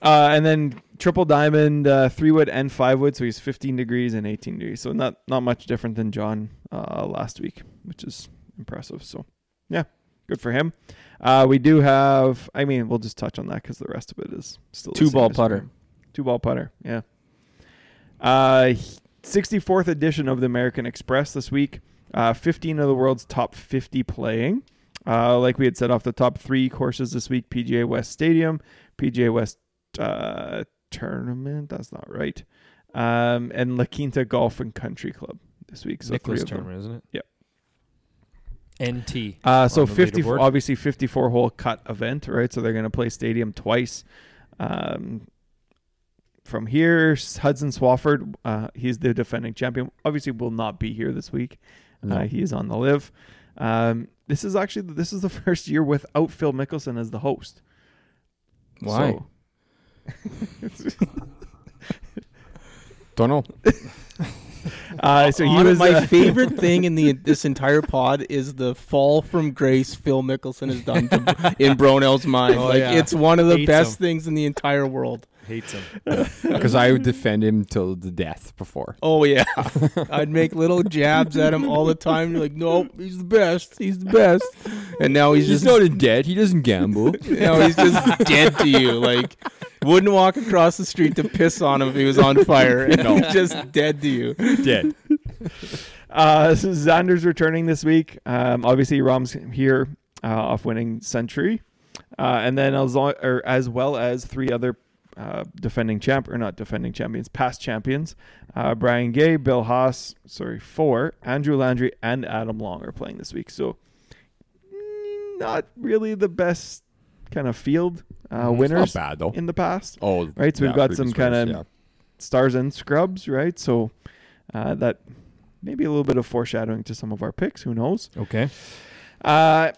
S4: Uh, and then triple diamond, uh, three wood and five wood. So he's 15 degrees and 18 degrees. So not not much different than John uh, last week, which is impressive. So yeah, good for him. Uh, we do have. I mean, we'll just touch on that because the rest of it is still the
S2: Two
S4: same
S2: ball
S4: as
S2: putter.
S4: John. Two ball putter. Yeah. Uh, 64th edition of the American Express this week. Uh, 15 of the world's top 50 playing. Uh, like we had said off the top three courses this week PGA West Stadium, PGA West uh, Tournament. That's not right. Um, and La Quinta Golf and Country Club this week. So
S1: Nicholas
S4: three of them.
S1: tournament, isn't it?
S4: Yep.
S1: NT.
S4: Uh, so
S1: on the
S4: 50,
S1: leaderboard.
S4: obviously 54 hole cut event, right? So they're going to play stadium twice. Um, from here, Hudson Swafford, uh, he's the defending champion. Obviously, will not be here this week. Uh, he is on the live. Um, this is actually this is the first year without Phil Mickelson as the host.
S2: Why?
S4: So-
S3: Don't know.
S4: uh, so he
S2: Hon-
S4: was
S2: my
S4: uh,
S2: favorite thing in the this entire pod is the fall from grace Phil Mickelson has done to, in Brownell's mind.
S1: Oh,
S2: like
S1: yeah.
S2: it's one of the
S1: Hates
S2: best
S1: him.
S2: things in the entire world.
S1: Hates him.
S3: Because I would defend him till the death before.
S2: Oh yeah, I'd make little jabs at him all the time. You're like, nope, he's the best. He's the best. And now he's,
S3: Oh, He's
S2: just
S3: not in debt. He doesn't gamble.
S2: now he's just dead to you. Like, wouldn't walk across the street to piss on him if he was on fire. And
S3: No.
S2: he's just dead to you.
S3: dead.
S4: Uh, so Xander's returning this week. Um, obviously, Rom's here uh, off winning Century, uh, and then as, long, or as well as three other uh, defending champ or not defending champions, past champions, uh, Brian Gay, Bill Haas, sorry, four, Andrew Landry, and Adam Long are playing this week. So, mm, not really the best kind of field uh,
S3: Mm, Not
S4: winners
S3: bad though.
S4: in the past
S3: Oh,
S4: Right, so we've got some
S3: previous winners,
S4: kinda- stars and scrubs, right? So uh, that maybe a little bit of foreshadowing to some of our picks. Who knows?
S1: Okay.
S4: Uh,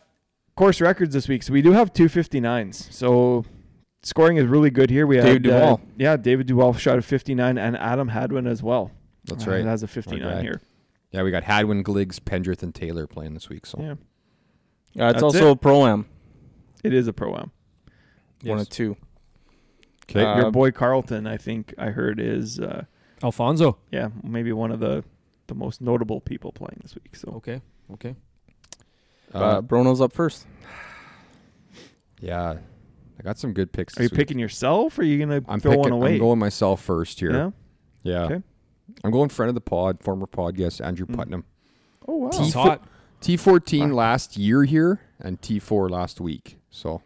S4: course records this week. So we do have two fifty nines. So scoring is really good here. We have
S2: David Duval.
S4: yeah, David Duval shot a fifty nine, and Adam Hadwin as well.
S3: That's
S4: Uh,
S3: right.
S4: has a fifty nine
S3: guy.
S4: here.
S3: yeah, we got Hadwin, Gliggs, Pendrith, and Taylor playing this week. So
S4: Yeah,
S2: Uh,
S4: That's also
S2: a pro am.
S4: it is a pro am.
S2: One of two.
S3: okay,
S2: Uh,
S4: Your boy Carlton, I think I heard is uh,
S1: Alfonso.
S4: yeah maybe one of the the most notable people playing this week. So
S1: Okay. Okay.
S3: uh,
S2: uh, Brono's up first.
S3: yeah, I got some good picks.
S4: are you
S3: this week.
S4: picking yourself? or Are you gonna
S3: I'm
S4: throw
S3: picking.
S4: one away?
S3: I'm going myself first here.
S4: yeah.
S3: Yeah.
S4: Okay. Mm.
S3: I'm going friend of the pod, former pod guest Andrew Putnam.
S4: Oh wow.
S1: It's
S3: Teeth-
S1: hot.
S3: T14 last year here and T4 last week. So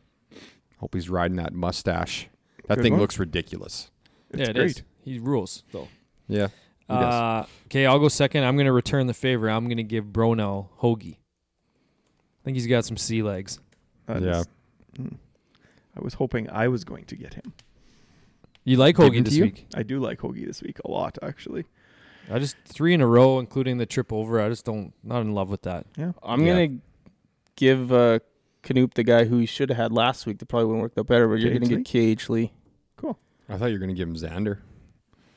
S3: hope he's riding that mustache. That
S4: Good
S3: thing
S4: one.
S3: looks ridiculous.
S1: yeah, it is.
S4: great.
S1: He rules though.
S3: Yeah. He does.
S1: Uh, okay, I'll go second. I'm going to return the favor. I'm going to give Bronell Hoagie. I think he's got some sea legs.
S4: That
S3: Yeah.
S4: is- Mm. I was hoping I was going to get him.
S1: You like Hoagie
S3: Didn't
S1: this
S3: you?
S1: week?
S4: I do like Hoagie this week a lot, actually.
S1: I just three in a row, including the trip over. I just don't not in love with that.
S2: I'm
S3: Yeah.
S2: gonna give uh, Canoop the guy who he should have had last week. That probably would have worked out better. But you're gonna
S4: Cage
S2: get Cage Lee.
S3: I thought you were going to give him Xander.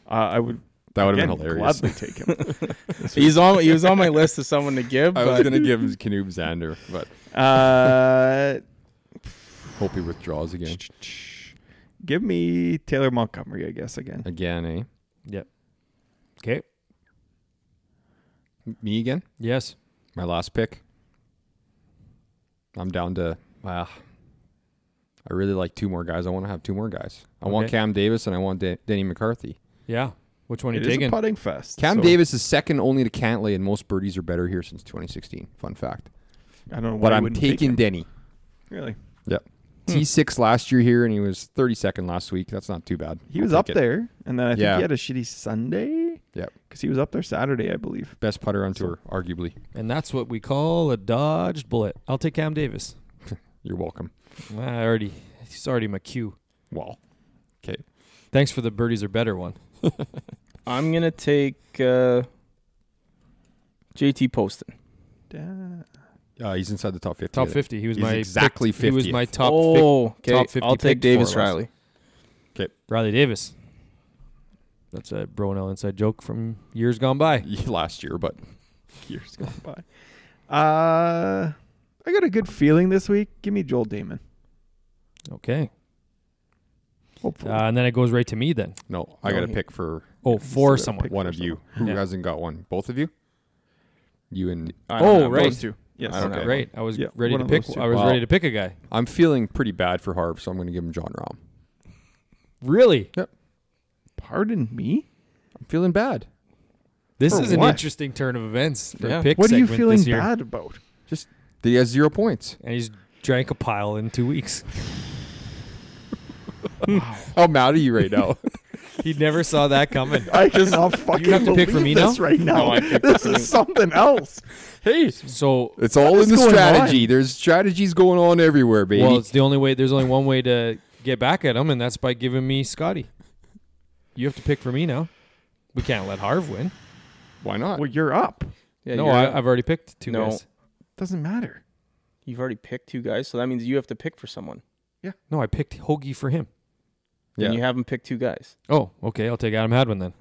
S4: Uh, I would
S3: That would have
S4: again,
S3: been hilarious.
S4: gladly take him.
S2: He's on. He was on my list of someone to give.
S3: I
S2: But
S3: was going to give him Canoe Xander, but
S4: Uh,
S3: hope he withdraws again.
S4: give me Taylor Montgomery, I guess, again.
S3: Again, eh?
S1: Okay.
S3: Me again?
S1: Yes.
S3: My last pick. I'm down to, ah. I really like two more guys. I want to have two more guys. I want
S1: Okay.
S3: Cam Davis and I want Da- Danny McCarthy.
S1: Yeah. Which one are
S4: It
S1: you
S4: is a
S1: taking?
S4: putting fest.
S3: Cam
S4: so
S3: Davis is second only to Cantley, and most birdies are better here since 2016. Fun fact.
S4: I don't know why
S3: But
S4: I
S3: I'm
S4: wouldn't take
S3: taking
S4: him,
S3: Denny.
S4: Really,
S3: T6 last year here, and he was 32nd last week. That's not too bad.
S4: he
S3: I'll
S4: was
S3: take
S4: up
S3: it.
S4: there, and then I think
S3: Yeah.
S4: he had a shitty Sunday.
S3: Yep.
S4: because he was up there Saturday, I believe.
S3: Best putter on tour, arguably.
S1: And that's what we call a dodged bullet. I'll take Cam Davis. Ah,
S3: You're welcome.
S1: I already, he's already my cue.
S3: Well, okay.
S1: Thanks for the birdies are better one.
S2: I'm gonna take uh, JT Poston.
S4: Da-
S3: Uh, he's inside the top 50.
S1: Top
S3: I think.
S1: 50. He was
S3: He's
S1: my
S3: exactly
S1: pick- He was
S3: 50th.
S1: my top pick.
S2: oh, okay.
S1: top 50
S2: I'll take
S1: pick for
S2: Davis
S1: us.
S2: Riley.
S1: Riley Davis. That's a Brownell inside joke from years gone by.
S3: Last year, but
S4: years gone by. Uh, I got a good feeling this week. Give me Joel Damon.
S1: Okay. Uh,
S4: Hopefully,
S3: Uh,
S1: and then it goes right to me then.
S3: no, I
S2: No,
S3: got to
S2: he-
S3: pick for
S1: Oh, for
S4: Still gotta
S1: someone.
S4: pick
S3: one
S4: for
S3: of you. Who
S1: someone. Yeah.
S3: hasn't got one? Both of you? You and
S2: I don't
S1: Oh,
S2: have
S1: right.
S2: those.
S4: two. Yes.
S2: I don't know.
S1: Right. I was
S4: Yeah,
S1: ready
S4: one
S1: to
S4: of
S1: pick
S4: those two.
S1: I was
S3: Wow.
S1: ready to pick a guy.
S3: I'm feeling pretty bad for Harv, so I'm going to give him John Rahm.
S1: Really?
S4: Pardon me.
S3: I'm feeling bad.
S1: This
S4: For
S1: is an
S4: what?
S1: interesting turn of events for
S2: Yeah.
S1: pick
S4: What are you
S1: segment
S4: feeling
S1: this year.
S4: bad about?
S3: Just that he has zero points.
S1: And he's drank a pile in two weeks.
S3: How mad are you right now?
S1: he never saw that coming.
S4: I cannot fucking
S1: have to pick for
S4: believe
S1: me
S4: this
S1: now?
S4: right now.
S2: No, I picked
S4: this
S2: for me.
S4: is something else.
S1: Hey. So
S3: it's all in
S4: is
S3: the
S4: going
S3: strategy. There's strategies going on everywhere, baby.
S1: well, it's the only way there's only one way to get back at him, and that's by giving me Scotty. You have to pick for me now. We can't let Harv win.
S3: Why not?
S4: Well, you're up.
S2: Yeah,
S1: no,
S2: you're
S1: I,
S2: right.
S1: I've already picked two
S2: No.
S1: guys.
S4: Doesn't matter.
S2: You've already picked two guys, so that means you have to pick for someone.
S1: No, I picked Hoagie for him.
S3: yeah.
S2: And you haven't picked two guys.
S1: Oh, okay. I'll take Adam Hadwin then.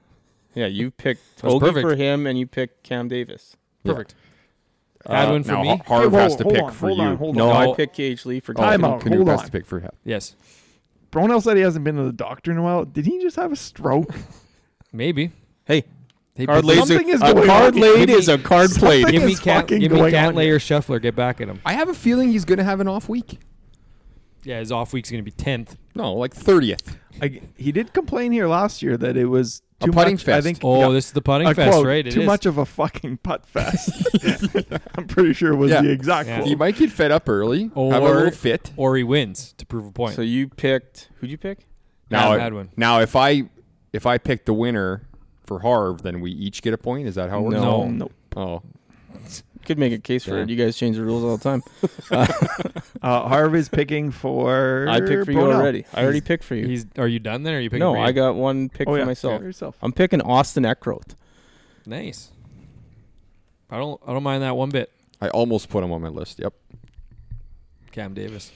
S2: Yeah, you picked
S1: That's
S2: Hoagie
S1: perfect.
S2: for him, and you picked Cam Davis.
S3: Yeah.
S1: Perfect. Hadwin for
S3: now,
S1: me?
S3: Ha- Harv
S4: Hey,
S3: has
S4: whoa,
S3: to
S4: hold
S3: pick
S4: on,
S3: for
S4: hold
S3: you.
S4: on, hold
S1: Uh, No,
S2: No,
S1: on.
S2: I
S1: Oh.
S2: picked Gage Lee for
S3: Oh,
S4: Time
S2: Cam.
S3: Canoe-
S4: out,
S3: Canoe
S4: hold
S3: has
S4: on.
S3: to pick for him.
S1: Yes,
S4: Brownell said he hasn't been to the doctor in a while. Did he just have a stroke?
S1: maybe.
S2: Hey,
S1: Hey,
S2: card
S1: but
S2: lays
S4: Something
S2: a,
S4: is
S2: a
S4: going
S2: card
S4: on.
S2: laid
S4: Maybe-
S2: is a card
S4: Something
S2: played.
S1: Give me
S4: is
S1: cat.
S4: fucking
S1: Give me
S4: going
S1: cat
S4: on
S1: layer shuffler. Get back at him.
S3: I have a feeling he's going to have an off week.
S1: Yeah, his off week's gonna be tenth.
S3: No, like 30th.
S4: I, he did complain here last year that it was
S3: A
S4: too
S3: putting
S4: much. I
S3: fest.
S4: think
S1: Oh,
S4: yeah,
S1: this is the putting
S4: a
S1: fest,
S4: quote,
S1: right? It
S4: too
S1: is.
S4: much of a fucking putt fest. I'm pretty sure was
S3: Yeah.
S4: the exact
S1: Yeah.
S4: quote.
S3: You might get fed up early, have a
S1: Or-
S3: little fit.
S1: or he wins to prove a point.
S2: So you picked. Who'd you pick?
S3: Now,
S1: Adam Hadwin.
S3: now, if I if I pick the winner for Harv, then we each get a point. Is that how it works?
S2: No.
S4: Oh, no.
S3: Oh,
S2: Could make a case for it.
S3: Damn.
S2: You guys change the rules all the time.
S4: Uh, Harvey's picking for.
S2: I picked for you
S4: Brownell.
S2: already. I already picked for you.
S1: He's. Are you done then? Or are you picking?
S2: no,
S1: for
S2: I
S1: you?
S2: got one pick
S4: Oh,
S2: for
S4: yeah.
S2: myself.
S4: Yeah, yourself.
S2: I'm picking Austin Eckroth.
S1: nice. I don't. I don't mind that one bit.
S3: I almost put him on my list. Yep.
S1: Cam Davis.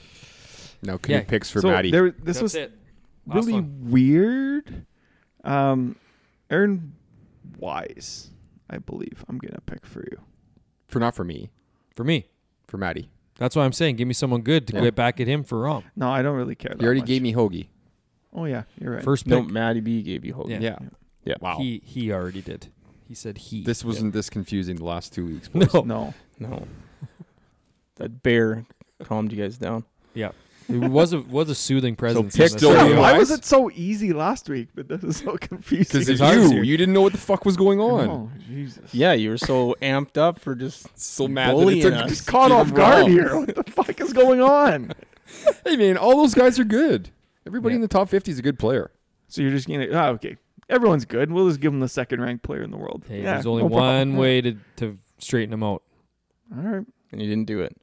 S3: Now, Canoe
S1: Yeah.
S3: picks for
S4: so
S3: Maddie.
S4: There, this
S1: That's
S4: was
S1: it. Last
S4: really
S1: one.
S4: weird. Um, Aaron Wise, I believe I'm gonna pick for you.
S3: for not for me,
S1: for me.
S3: for Maddie.
S1: That's what I'm saying. Give me someone good to
S3: Yeah.
S1: get back at him for Rom.
S4: No, I don't really care. That
S3: You already
S4: much.
S3: gave me Hoagie.
S4: Oh yeah, you're right.
S1: First pick.
S2: No, Matty B gave you Hogan.
S1: Yeah.
S3: Yeah.
S2: Yeah.
S3: Wow.
S1: He he already did. He said he.
S3: this wasn't this confusing the last two weeks.
S1: no.
S4: no,
S2: No. That bear calmed you guys down.
S1: Yeah. It was a was a soothing presence.
S3: pick
S1: in this
S3: still
S1: room.
S3: you
S4: why
S3: Wise?
S4: was it so easy last week? But this is so confusing.
S3: Because it's
S1: hard
S3: you.
S1: to-
S3: You didn't know what the fuck was going on.
S4: Oh Jesus!
S2: Yeah, you were so amped up for just
S3: So mad that
S2: Bullying
S3: it took
S2: us.
S4: Just caught
S3: Give
S4: off
S3: him
S4: guard
S3: Rom.
S4: here. What the fuck is going on?
S3: Hey man, all those guys are good. Everybody
S1: Yeah.
S3: in the top fifty is a good player.
S4: So you're just gonna? Oh, okay. Everyone's good. We'll just give him the second ranked player in the world.
S1: Hey,
S4: yeah,
S1: there's only
S4: no problem.
S1: one way to, to straighten him out.
S4: All right.
S2: and you didn't do it.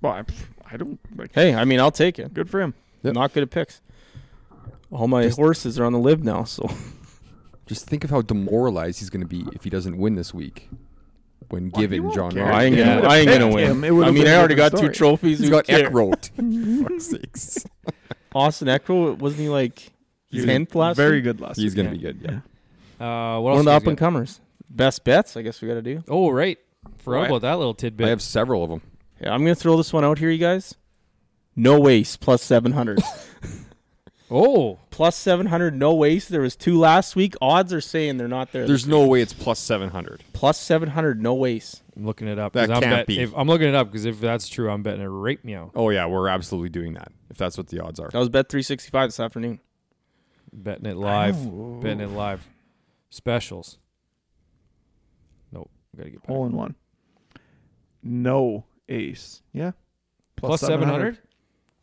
S4: Well, I, I don't. Like,
S2: Hey, I mean, I'll take it.
S4: good for him.
S3: Yep.
S2: Not good at picks. All my horses are on the lib now, so
S3: Just think of how demoralized he's going to be if he doesn't win this week. When
S4: Well, he
S3: given
S4: won't
S3: John,
S4: care.
S3: Rahm.
S2: I ain't
S4: Yeah.
S2: gonna,
S4: If
S2: I
S4: you
S2: ain't
S4: would've
S2: gonna
S4: picked
S2: win.
S4: him, it would've
S2: I mean,
S4: been
S2: I
S4: a
S2: already got
S4: different
S2: two
S4: story.
S2: trophies.
S3: he's
S2: who
S3: got
S2: cares?
S3: Eckroat. Fuck's sakes.
S2: Austin Eckro wasn't he like
S4: He was
S2: tenth last?
S4: Very
S2: week?
S4: good last.
S3: He's
S4: week.
S3: going to
S1: Yeah.
S3: be good. Yeah.
S1: Uh, what
S2: One
S1: else?
S2: of the
S1: you
S2: up
S1: guys
S2: and comers. Best bets, I guess we got to do.
S1: got? oh, right. Forgot
S2: Right.
S1: about that little tidbit.
S3: I have several of them.
S2: Yeah, I'm gonna throw this one out here, you guys. No waste plus seven hundred.
S1: oh,
S2: plus seven hundred. No waste. There was two last week. Odds are saying they're not there.
S3: There's no way it's plus seven hundred.
S2: plus seven hundred. No waste.
S1: I'm looking it up. 'cause
S3: That
S1: I'm
S3: can't
S1: bet-
S3: be.
S1: If, I'm looking it up because if that's true, I'm betting it right meow.
S3: Oh yeah, we're absolutely doing that. If that's what the odds are.
S2: That was bet three sixty five this afternoon.
S1: Betting it live. Betting it live. Specials. Nope. Gotta get back.
S4: Hole in one. No ace. Yeah.
S1: Plus seven hundred.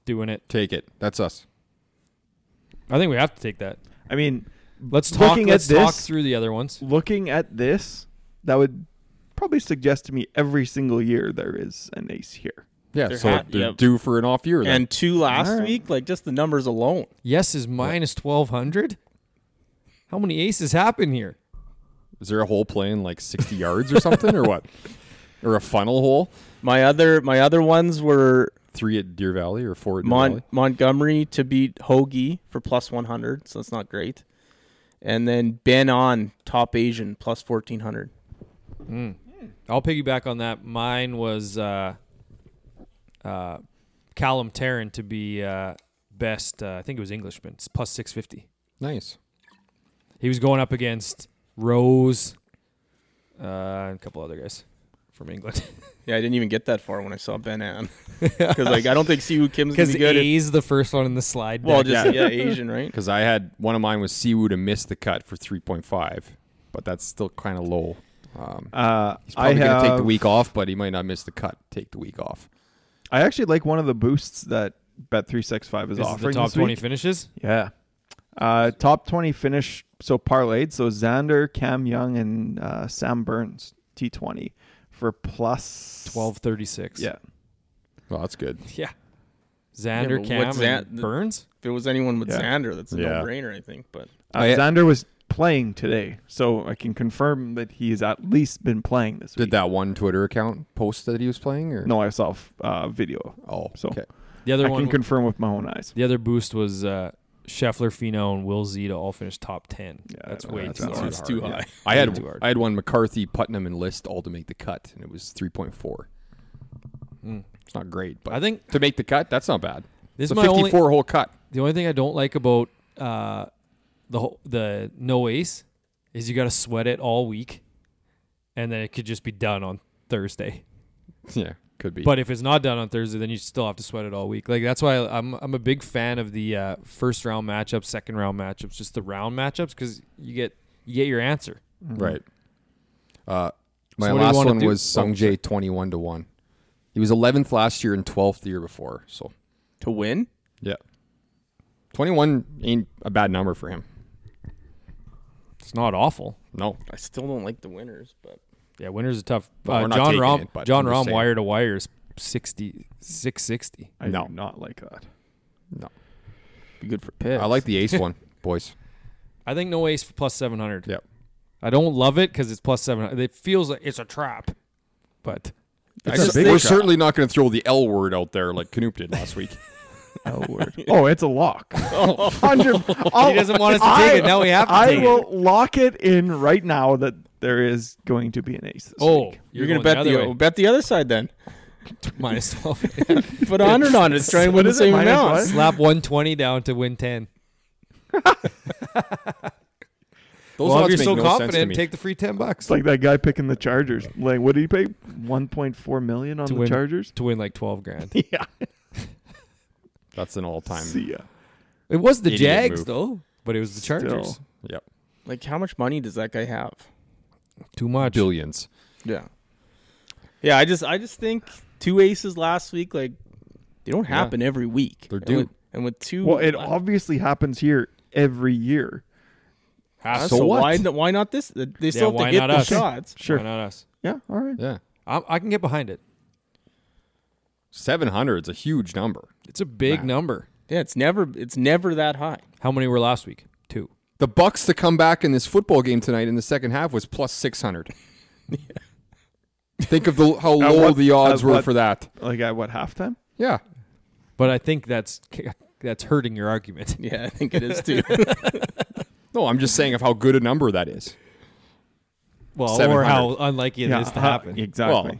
S1: Doing it.
S3: Take it. That's us.
S1: I think we have to take that.
S4: I mean,
S1: Let's talk.
S4: Looking at
S1: let's talk
S4: this-
S1: through the other ones.
S4: Looking at this, that would probably suggest to me every single year there is an ace here.
S3: Yeah,
S2: They're
S3: so
S2: hot,
S3: they're
S2: yep.
S3: due for an off year. Then.
S2: and two last
S4: All right.
S2: week. Like just the numbers alone.
S1: Yes is minus twelve hundred. How many aces happen here?
S3: is there a hole playing like 60 yards or something, or what? Or a funnel hole?
S2: My other my other ones were
S3: Three at Deer Valley or four at Deer
S2: Mon-
S3: Valley?
S2: Montgomery to beat Hoagie for plus 100, so that's not great. And then Ben on top Asian plus 1400.
S1: I'll piggyback on that. Mine was uh, uh, Callum Tarrant to be uh, best. Uh, I think it was Englishman. It's plus six fifty.
S3: Nice.
S1: He was going up against Rose uh, and a couple other guys from England.
S2: Yeah, I didn't even get that far when I saw Ben on because like I don't think Siwoo Kim's gonna be good. at-
S1: A's the first one in the slide.
S2: well,
S1: deck.
S2: just yeah. Asian, right?
S3: Because I had one of mine was Siwoo to miss the cut for 3.5, but that's still kind of low. Um,
S4: Uh,
S3: he's probably going to take the week off, but he might not miss the cut. Take the week off.
S4: I actually like one of the boosts that Bet three six five is
S1: This is
S4: offering.
S1: the top
S4: this week.
S1: twenty finishes.
S4: Yeah. Uh, top 20 finish. So parlayed. So Xander, Cam Young, and uh, Sam Burns, T20 for plus
S1: Twelve thirty six.
S4: Yeah.
S3: Well, that's good.
S1: Yeah. Xander,
S2: Yeah, but
S1: Cam,
S2: what's
S1: and
S2: that-
S1: Burns.
S2: If there was anyone with
S4: Yeah.
S2: Xander, that's a
S3: Yeah.
S2: no-brainer, I think. But
S4: Uh,
S3: I-
S4: Xander was playing today. So I can confirm that he's at least been playing this
S3: Did
S4: week.
S3: that one Twitter account post that he was playing? or
S4: No, I saw a uh, video.
S3: Oh,
S4: So-
S3: okay.
S1: The other
S4: I
S1: one.
S4: can confirm with my own eyes.
S1: the other boost was uh, Scheffler, Fino, and Will Zita all finished top ten.
S4: Yeah,
S1: that's
S4: no,
S1: way
S4: that's
S1: too
S4: not-
S1: hard.
S4: that's
S2: too high.
S3: I
S1: Way
S3: had
S1: too hard.
S3: I had one McCarthy, Putnam, and List all to make the cut, and it was 3.4.
S1: Mm.
S3: It's not great, but
S1: I think
S3: to make the cut, that's not bad.
S1: this is
S3: It's a
S1: my only.
S3: 54 hole cut.
S1: The only thing I don't like about uh, the whole, the no ace is you got to sweat it all week, and then it could just be done on Thursday.
S3: Yeah, could be.
S1: But if it's not done on Thursday, then you still have to sweat it all week. Like that's why I'm I'm a big fan of the uh, first round matchups, second round matchups, just the round matchups because you get you get your answer.
S3: right. Uh,
S1: Mm-hmm. So what do
S3: my
S1: you
S3: last
S1: wanna
S3: one
S1: do?
S3: was
S1: Oh,
S3: Sung Jae 21 to one. He was 11th last year and 12th the year before. So
S2: to win,
S3: yeah, 21 ain't a bad number for him.
S1: It's not awful.
S3: No,
S2: I still don't like the winners. But
S1: Yeah, winter's a tough.
S3: Well,
S1: uh,
S3: we're not
S1: John
S3: taking
S1: Rom
S3: it, but
S1: John
S3: I'm just
S1: Rom
S3: saying.
S1: wire to wire is 60, 660.
S4: I
S3: No.
S4: do not like that.
S3: no.
S2: be good for picks.
S3: I like the ace one, boys.
S1: I think no ace for plus seven hundred.
S3: Yep.
S1: I don't love it because it's plus seven hundred. It feels like it's a trap, but
S2: I
S3: It's
S2: just
S3: a-
S2: think-
S3: we're certainly not going to throw the L word out there like Canoop did last week.
S4: L word. Oh, it's a lock. Hundred.
S1: he doesn't want us to take it. Now we have to
S4: I
S1: take
S4: will
S1: it.
S4: lock it in right now that there is going to be an ace. This
S1: Oh,
S4: week.
S2: you're, gonna bet the,
S1: other way.
S2: bet the other side then.
S1: minus twelve.
S2: Put a hundred on it. Try and win
S4: What
S2: the
S4: is it,
S2: same
S4: minus
S2: amount.
S4: what?
S1: Slap one twenty down to win ten.
S3: Those
S1: well, if
S3: odds
S1: you're
S3: make
S1: so
S3: no sense to
S1: confident,
S3: me.
S1: take the free ten bucks
S4: it's like that guy picking the Chargers. Like, what did he pay? One point four million on
S1: To
S4: the
S1: win.
S4: Chargers.
S1: to win like twelve grand.
S4: Yeah.
S3: That's an all-time.
S4: See ya.
S1: It was the
S3: Idiot
S1: Jags
S3: move.
S1: though, but it was the Chargers.
S4: Still.
S3: Yep.
S2: Like how much money does that guy have?
S1: Too much.
S3: Billions.
S2: Yeah. Yeah, I just I just think two aces last week, like they don't happen every week.
S3: They're
S2: And
S3: due.
S2: with- And with two
S4: Well, it
S2: uh,
S4: obviously happens here every year.
S1: Ah,
S2: so,
S3: so what?
S2: why n- why not this? They still have
S1: why
S2: to get
S1: not
S2: the
S1: us?
S2: shots.
S1: Why not us?
S4: Yeah. All right.
S3: Yeah.
S1: I, I can get behind it.
S3: Seven hundred is a huge number.
S1: It's a big
S3: Nah.
S1: number.
S2: Yeah, it's never it's never that high.
S1: How many were last week? Two.
S3: The Bucks to come back in this football game tonight in the second half was plus six hundred. Think of the, how
S4: At
S3: low
S4: what-
S3: the odds
S4: at
S3: were
S4: what-
S3: for that.
S4: Like at what halftime?
S3: Yeah.
S1: But I think that's that's hurting your argument.
S2: Yeah, I think it is too.
S3: No, I'm just saying of how good a number that is.
S1: Well, or
S3: 700.
S1: how unlikely it is to
S4: ha-
S1: happen.
S4: Exactly.
S3: Well,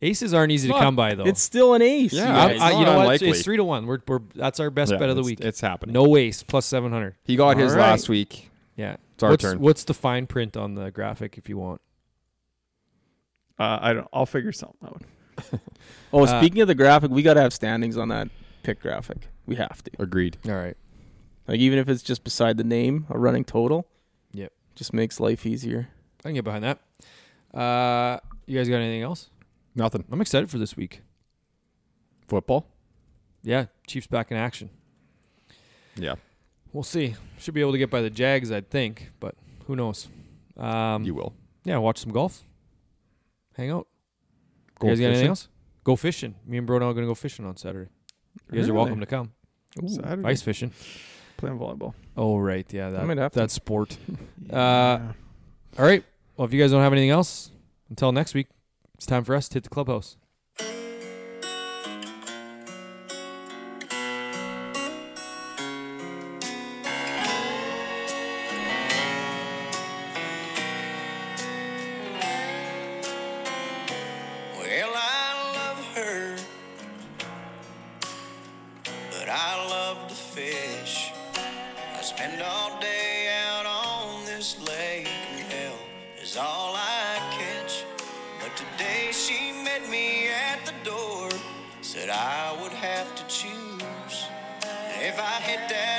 S1: Aces aren't easy to
S3: Look,
S1: come by though.
S2: it's still an ace.
S3: Yeah,
S2: you
S3: I'm-
S2: guys.
S1: I,
S3: not
S1: you know what?
S3: unlikely.
S1: It's three to one. We're, we're that's our best
S3: Yeah,
S1: bet of the week.
S3: it's- It's happening.
S1: no ace plus seven hundred.
S3: He got his
S4: All right.
S3: last week.
S1: Yeah,
S3: It's our
S1: what's,
S3: turn.
S1: What's the fine print on the graphic if you want?
S4: uh, I don't. I'll figure something out.
S2: oh,
S1: uh,
S2: speaking of the graphic, we gotta have standings on that pick graphic. We have to.
S3: Agreed.
S1: All right.
S2: Like even if it's just beside the name, a running total.
S1: Yep.
S2: Just makes life easier.
S1: I can get behind that. Uh, you guys got anything else?
S3: Nothing.
S1: I'm excited for this week.
S3: Football.
S1: Yeah, Chiefs back in action.
S3: Yeah.
S1: We'll see. Should be able to get by the Jags, I'd think, but who knows? Um,
S3: you will.
S1: yeah, watch some golf. Hang out.
S3: Go
S1: you guys got anything
S3: fishing?
S1: else? Go fishing. Me and Brodell are gonna go fishing on Saturday. You guys are
S4: Really?
S1: welcome to come.
S4: Saturday.
S1: Ice fishing.
S4: Playing volleyball.
S1: Oh right, yeah, that
S2: might have to.
S1: that sport. All right. Well, if you guys don't have anything else, until next week, it's time for us to hit the clubhouse.
S5: Well, I love her, but I love to fish. I spend all day out on this lake, and hell is all I catch. But today she met me at the door, said I would have to choose. If I hit that